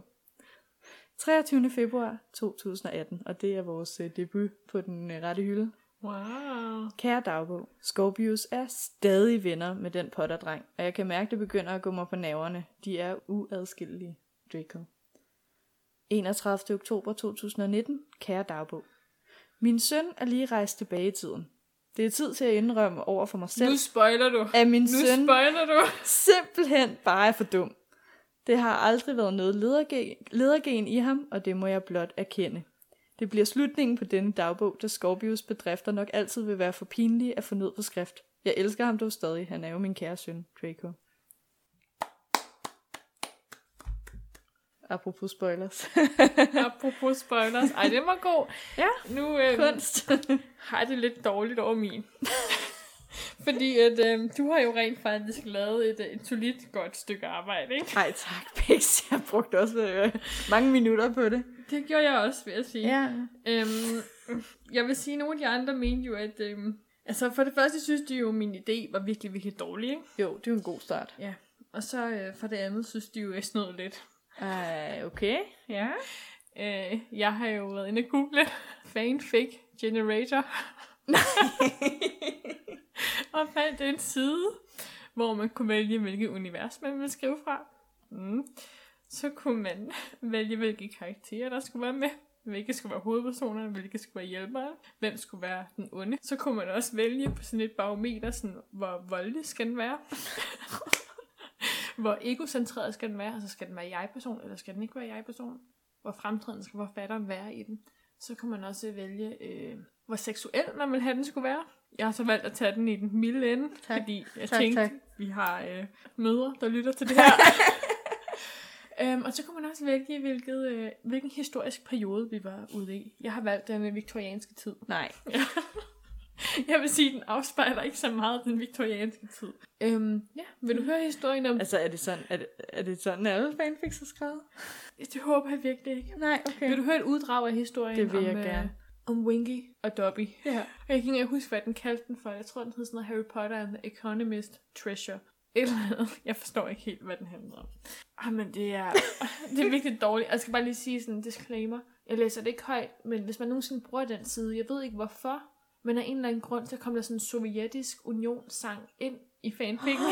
S1: 23. februar 2018, og det er vores øh, debut på den øh, rette hylde.
S2: Wow.
S1: Kære dagbog, Scorpius er stadig venner med den potterdreng, og jeg kan mærke, det begynder at gå mig på naverne. De er uadskillelige. Draco. 31. oktober 2019. Kære dagbog. Min søn er lige rejst tilbage i tiden. Det er tid til at indrømme over for mig selv,
S2: Nu spoiler du.
S1: at min
S2: Nu
S1: søn
S2: spoiler du.
S1: simpelthen bare er for dum. Det har aldrig været noget ledergen, ledergen i ham, og det må jeg blot erkende. Det bliver slutningen på denne dagbog, da Scorpius bedrifter nok altid vil være for pinlige at få ned på skrift. Jeg elsker ham dog stadig, han er jo min kære søn, Draco. Apropos spoilers.
S2: Apropos spoilers. Ej, det var god.
S1: Ja,
S2: Nu øh,
S1: Kunst.
S2: har jeg det lidt dårligt over min. Fordi at, øh, du har jo rent faktisk lavet et, øh, et solidt godt stykke arbejde, ikke?
S1: Ej tak, Pix. Jeg brugte også øh, mange minutter på det.
S2: Det gjorde jeg også, vil jeg sige. Øhm, jeg vil sige, at nogle af de andre mente jo, at... Øhm, altså, for det første synes de jo, at min idé var virkelig, virkelig dårlig, ikke?
S1: Jo, det er jo en god start.
S2: Ja. Og så øh, for det andet synes de jo, at jeg snød lidt.
S1: Ej, okay.
S2: Ja. Øh, jeg har jo været inde og google fanfic generator. og fandt en side, hvor man kunne vælge, hvilket univers man ville skrive fra. Mm. Så kunne man vælge, hvilke karakterer der skulle være med. Hvilke skulle være hovedpersonerne, hvilke skulle være hjælpere, hvem skulle være den onde. Så kunne man også vælge på sådan et barometer, sådan, hvor voldelig skal den være. hvor egocentreret skal den være, altså skal den være jeg-person, eller skal den ikke være jeg-person. Hvor fremtiden skal forfatteren være i den. Så kan man også vælge, øh, hvor seksuel man vil have den skulle være. Jeg har så valgt at tage den i den milde ende,
S1: Tak.
S2: fordi jeg
S1: Tak,
S2: tænkte,
S1: tak.
S2: vi har øh, mødre, der lytter til det her. øhm, og så kunne man også vælge, hvilket, øh, hvilken historisk periode vi var ude i. Jeg har valgt den øh, viktorianske tid.
S1: Nej.
S2: Jeg vil sige, den afspejler ikke så meget den viktorianske tid. Øhm, ja, vil du høre historien om...
S1: Altså, er det sådan, er det, er det sådan alle fanfics er skrevet?
S2: Det håber jeg virkelig ikke.
S1: Nej, okay.
S2: Vil du høre et uddrag af historien
S1: Det vil
S2: om,
S1: jeg
S2: øh,
S1: gerne.
S2: om Winky og Dobby?
S1: Ja.
S2: Jeg kan ikke engang huske, hvad den kaldte den for. Jeg tror, den hed sådan noget Harry Potter and the Economist Treasure. Et eller andet. Jeg forstår ikke helt, hvad den handler om. Ah, men det er, det er virkelig dårligt. Jeg skal bare lige sige sådan en disclaimer. Jeg læser det ikke højt, men hvis man nogensinde bruger den side, jeg ved ikke hvorfor, men af en eller anden grund, så kom der sådan en sovjetisk unionssang ind i fanfikken.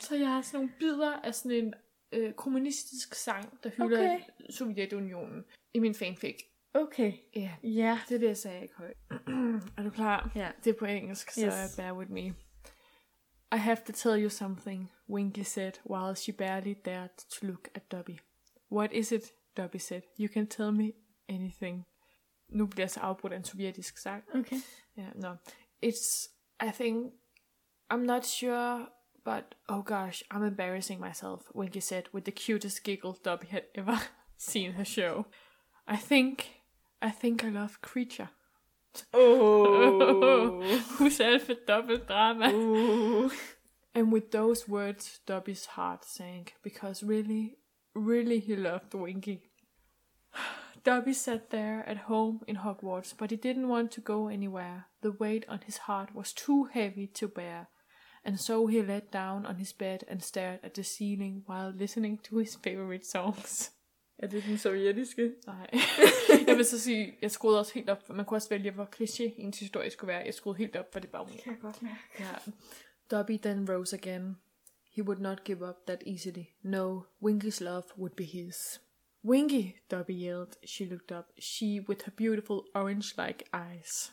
S2: så jeg har sådan nogle bidder af sådan en øh, kommunistisk sang, der hylder
S1: Okay.
S2: okay. Sovjetunionen i min fanfic.
S1: Okay.
S2: Ja. Yeah.
S1: Ja.
S2: Det er det, jeg sagde ikke højt. er du klar?
S1: Ja.
S2: Det er på engelsk, så
S1: Yes.
S2: bear with me. I have to tell you something, Winky said, while she barely dared to look at Dobby. What is it, Dobby said. You can tell me anything. Nu bliver jeg så afbrudt af en sovjetisk sang.
S1: Okay.
S2: Yeah, no. It's, I think, I'm not sure, but oh gosh, I'm embarrassing myself, Winky said with the cutest giggle Dobby had ever seen her show. I think, I think I love Creature.
S1: Oh.
S2: Who's Alpha Double Drama?
S1: uh.
S2: And with those words, Dobby's heart sank because really, really he loved Winky. Dobby sat there at home in Hogwarts, but he didn't want to go anywhere. The weight on his heart was too heavy to bear, and so he lay down on his bed and stared at the ceiling while listening to his favorite songs.
S1: Er det den sovjetiske?
S2: Nej. jeg vil så sige, jeg skruede også helt op, for man kunne også vælge, hvor kliché ens historie skulle være. Jeg skruede helt op for det barometer.
S1: Kan jeg godt mærke.
S2: Yeah. Dobby then rose again. He would not give up that easily. No, Winky's love would be his. Winky, Dobby yelled. She looked up, she with her beautiful orange like eyes.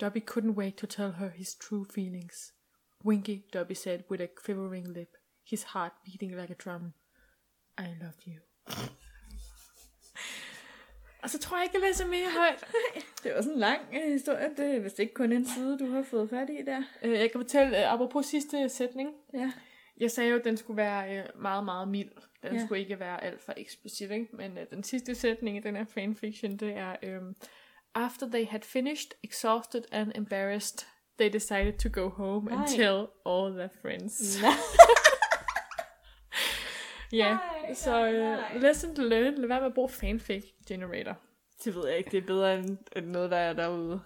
S2: Dobby couldn't wait to tell her his true feelings. Winky, Dobby said with a quivering lip, his heart beating like a drum. I love you. Og så tror jeg ikke, jeg læser mere højt.
S1: Det var sådan en lang øh, historie. Det er vist ikke kun en side, du har fået fat i der.
S2: Øh, Jeg kan fortælle, øh, apropos sidste sætning,
S1: Ja.
S2: Jeg sagde jo, at den skulle være øh, meget, meget mild. Den
S1: Ja.
S2: skulle ikke være alt for eksplicit, ikke? Men øh, den sidste sætning i den her fanfiction, det er... øhm, After they had finished, exhausted and embarrassed, they decided to go home
S1: Nej.
S2: and tell all their friends. Ja,
S1: Nej,
S2: så
S1: nej,
S2: øh,
S1: nej.
S2: lesson learned. Lad være med at bruge fanfic generator.
S1: Det ved jeg ikke. Det er bedre end, end noget, der er derude.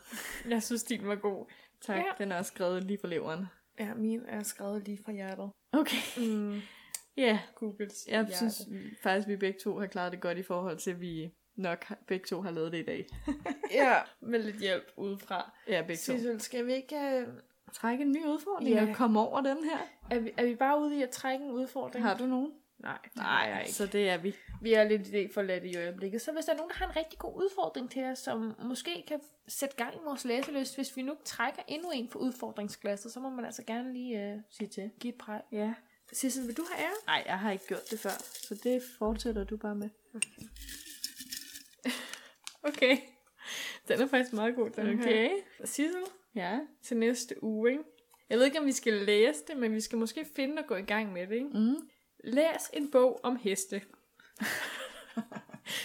S2: Jeg synes, din var god.
S1: Tak.
S2: Ja.
S1: Ja. Den er også skrevet lige på leveren.
S2: Ja, min er skrevet lige fra hjertet.
S1: Okay.
S2: Mm,
S1: Ja,
S2: Googles
S1: jeg
S2: hjerte.
S1: synes vi- faktisk, vi begge to har klaret det godt i forhold til, at vi nok har, begge to har lavet det i dag.
S2: Ja, med lidt hjælp udefra.
S1: Ja, begge to.
S2: Sissel, skal vi ikke... Øh,
S1: Trække en ny udfordring
S2: Ja.
S1: ja. og komme over den her.
S2: Er vi, er vi bare ude i at trække en udfordring?
S1: Har du nogen?
S2: Nej, det har jeg ikke.
S1: Så det er vi.
S2: Vi er lidt idé for let i øjeblikket. Så hvis der er nogen, der har en rigtig god udfordring til os, som måske kan sætte gang i vores læseløst, hvis vi nu trækker endnu en for udfordringsklasser, så må man altså gerne lige øh,
S1: Sig til.
S2: give et præg.
S1: Ja.
S2: Sissel, vil du have ære?
S1: Nej, jeg har ikke gjort det før, så det fortsætter du bare med.
S2: Okay. Den er faktisk meget god, den
S1: Okay.
S2: her. Sissel,
S1: Ja.
S2: til næste uge, ikke? Jeg ved ikke, om vi skal læse det, men vi skal måske finde og gå i gang med det, ikke?
S1: Mm.
S2: Læs en bog om heste.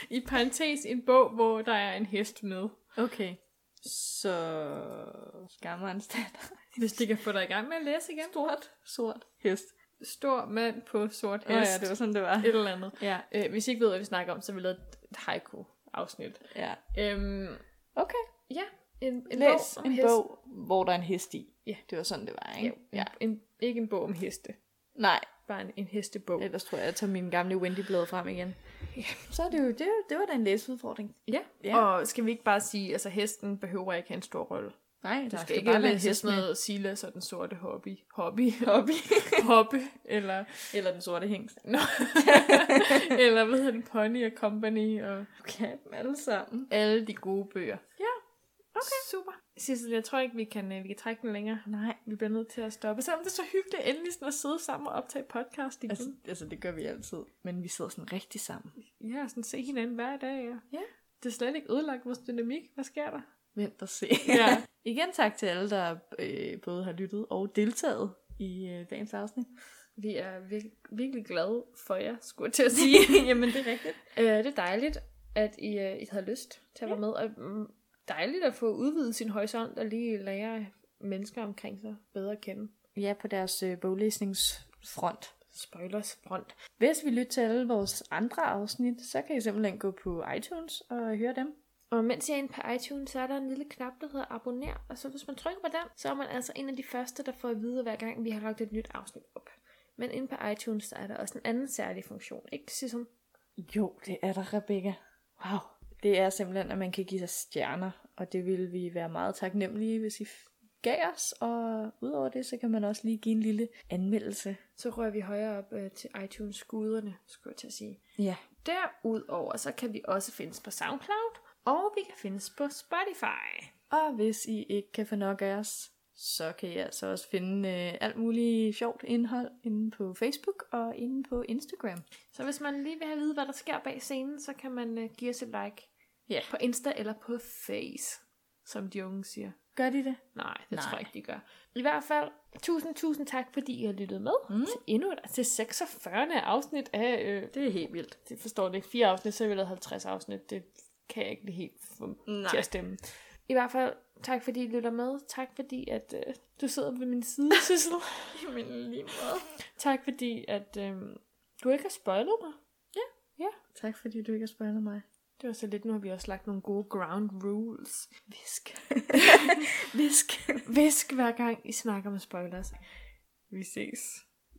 S2: I parentes en bog, hvor der er en hest med.
S1: Okay. Så skammerens datter.
S2: Hvis det kan få dig i gang med at læse igen. Stort.
S1: Sort hest.
S2: Stor mand på sort
S1: Åh oh,
S2: hest.
S1: ja, det var sådan, det var.
S2: Et eller andet.
S1: Ja,
S2: Øh, hvis I ikke ved, hvad vi snakker om, så har vi lavet et haiku-afsnit.
S1: ja.
S2: Øhm,
S1: Okay.
S2: ja, en, en
S1: Læs
S2: bog om
S1: en
S2: heste.
S1: bog, hvor der er en hest i.
S2: Ja.
S1: Det var sådan, det var,
S2: Ja,
S1: ikke?
S2: ja. En, ikke en bog om heste.
S1: Nej,
S2: Bare en, en hestebog.
S1: ellers tror jeg, at jeg tager mine gamle Wendy-blade frem igen. Ja. Så er det jo, det, det var da en læseudfordring.
S2: Ja.
S1: Ja.
S2: og skal vi ikke bare sige, altså hesten behøver ikke have en stor rolle.
S1: Nej, der
S2: Du
S1: skal,
S2: skal ikke
S1: bare være en
S2: læse
S1: hest
S2: sådan
S1: med.
S2: noget Silas og den sorte hobby. Hobby. Hobby. Hoppe. Eller,
S1: Eller den sorte hængst.
S2: no. eller hvad hedder det? Pony og Company. Og
S1: Okay, dem alle sammen.
S2: alle de gode bøger.
S1: Ja.
S2: Okay. Super. Sissel, jeg tror ikke, vi kan, øh, vi kan trække den længere.
S1: Nej.
S2: Vi bliver nødt til at stoppe. Selvom det er så hyggeligt endelig sådan at sidde sammen og optage podcast igen.
S1: Altså,
S2: Altså,
S1: altså, det gør vi altid. Men vi sidder sådan rigtig sammen.
S2: ja, sådan se hinanden hver dag. Ja.
S1: Ja.
S2: Det er slet ikke ødelagt vores dynamik. Hvad sker der?
S1: Vent og se.
S2: Ja.
S1: igen tak til alle, der øh, både har lyttet og deltaget i øh, dagens afsnit.
S2: Vi er vir- virkelig glade for jer, skulle jeg til at sige. Jamen,
S1: det er rigtigt.
S2: Øh, det er dejligt, at I, øh, I havde lyst til at være med. Og mm, dejligt at få udvidet sin horisont og lige lære mennesker omkring sig bedre at kende.
S1: Ja, på deres øh, boglæsningsfront.
S2: Spoilers front.
S1: Hvis vi lytter til alle vores andre afsnit, så kan I simpelthen gå på iTunes og høre dem.
S2: Og mens jeg er inde på iTunes, så er der en lille knap, der hedder abonner. Og så hvis man trykker på den, så er man altså en af de første, der får at vide, hver gang vi har lagt et nyt afsnit op. Men inde på iTunes, så er der også en anden særlig funktion. Ikke Ligesom, Sissum?
S1: Jo, det er der, Rebecca. Wow. Det er simpelthen, at man kan give sig stjerner, og det ville vi være meget taknemmelige, hvis I f- gav os. Og udover det, så kan man også lige give en lille anmeldelse.
S2: Så rører vi højere op øh, til iTunes-skuderne, skulle jeg til at sige.
S1: Ja.
S2: Derudover så kan vi også findes på SoundCloud, og vi kan findes på Spotify.
S1: Og hvis I ikke kan få nok af os, så kan I altså også finde øh, alt muligt sjovt indhold inde på Facebook og inde på Instagram.
S2: Så hvis man lige vil have at vide, hvad der sker bag scenen, så kan man uh, give os et like
S1: Ja.
S2: på Insta eller på Face, som de unge siger.
S1: Gør de det?
S2: Nej, det Nej. tror
S1: Nej.
S2: jeg ikke, de gør. I hvert fald, tusind, tusind tak, fordi I har lyttet med mm. til endnu et, til 46. afsnit af, øh,
S1: Det er helt vildt.
S2: det forstår det ikke, fire afsnit, så har vi lavet 50 afsnit. Det kan jeg ikke lige helt få
S1: Nej.
S2: til at stemme. I hvert fald, tak fordi I lytter med. Tak fordi, at øh, du sidder ved min side, Sissel.
S1: Jamen lige måde.
S2: tak fordi, at øh, du ikke har spoilet mig.
S1: Tak fordi du ikke har spurgt mig.
S2: Det var så lidt, nu har vi også lagt nogle gode ground rules.
S1: Visk. Visk.
S2: Visk hver gang I snakker med spoilers. Vi ses.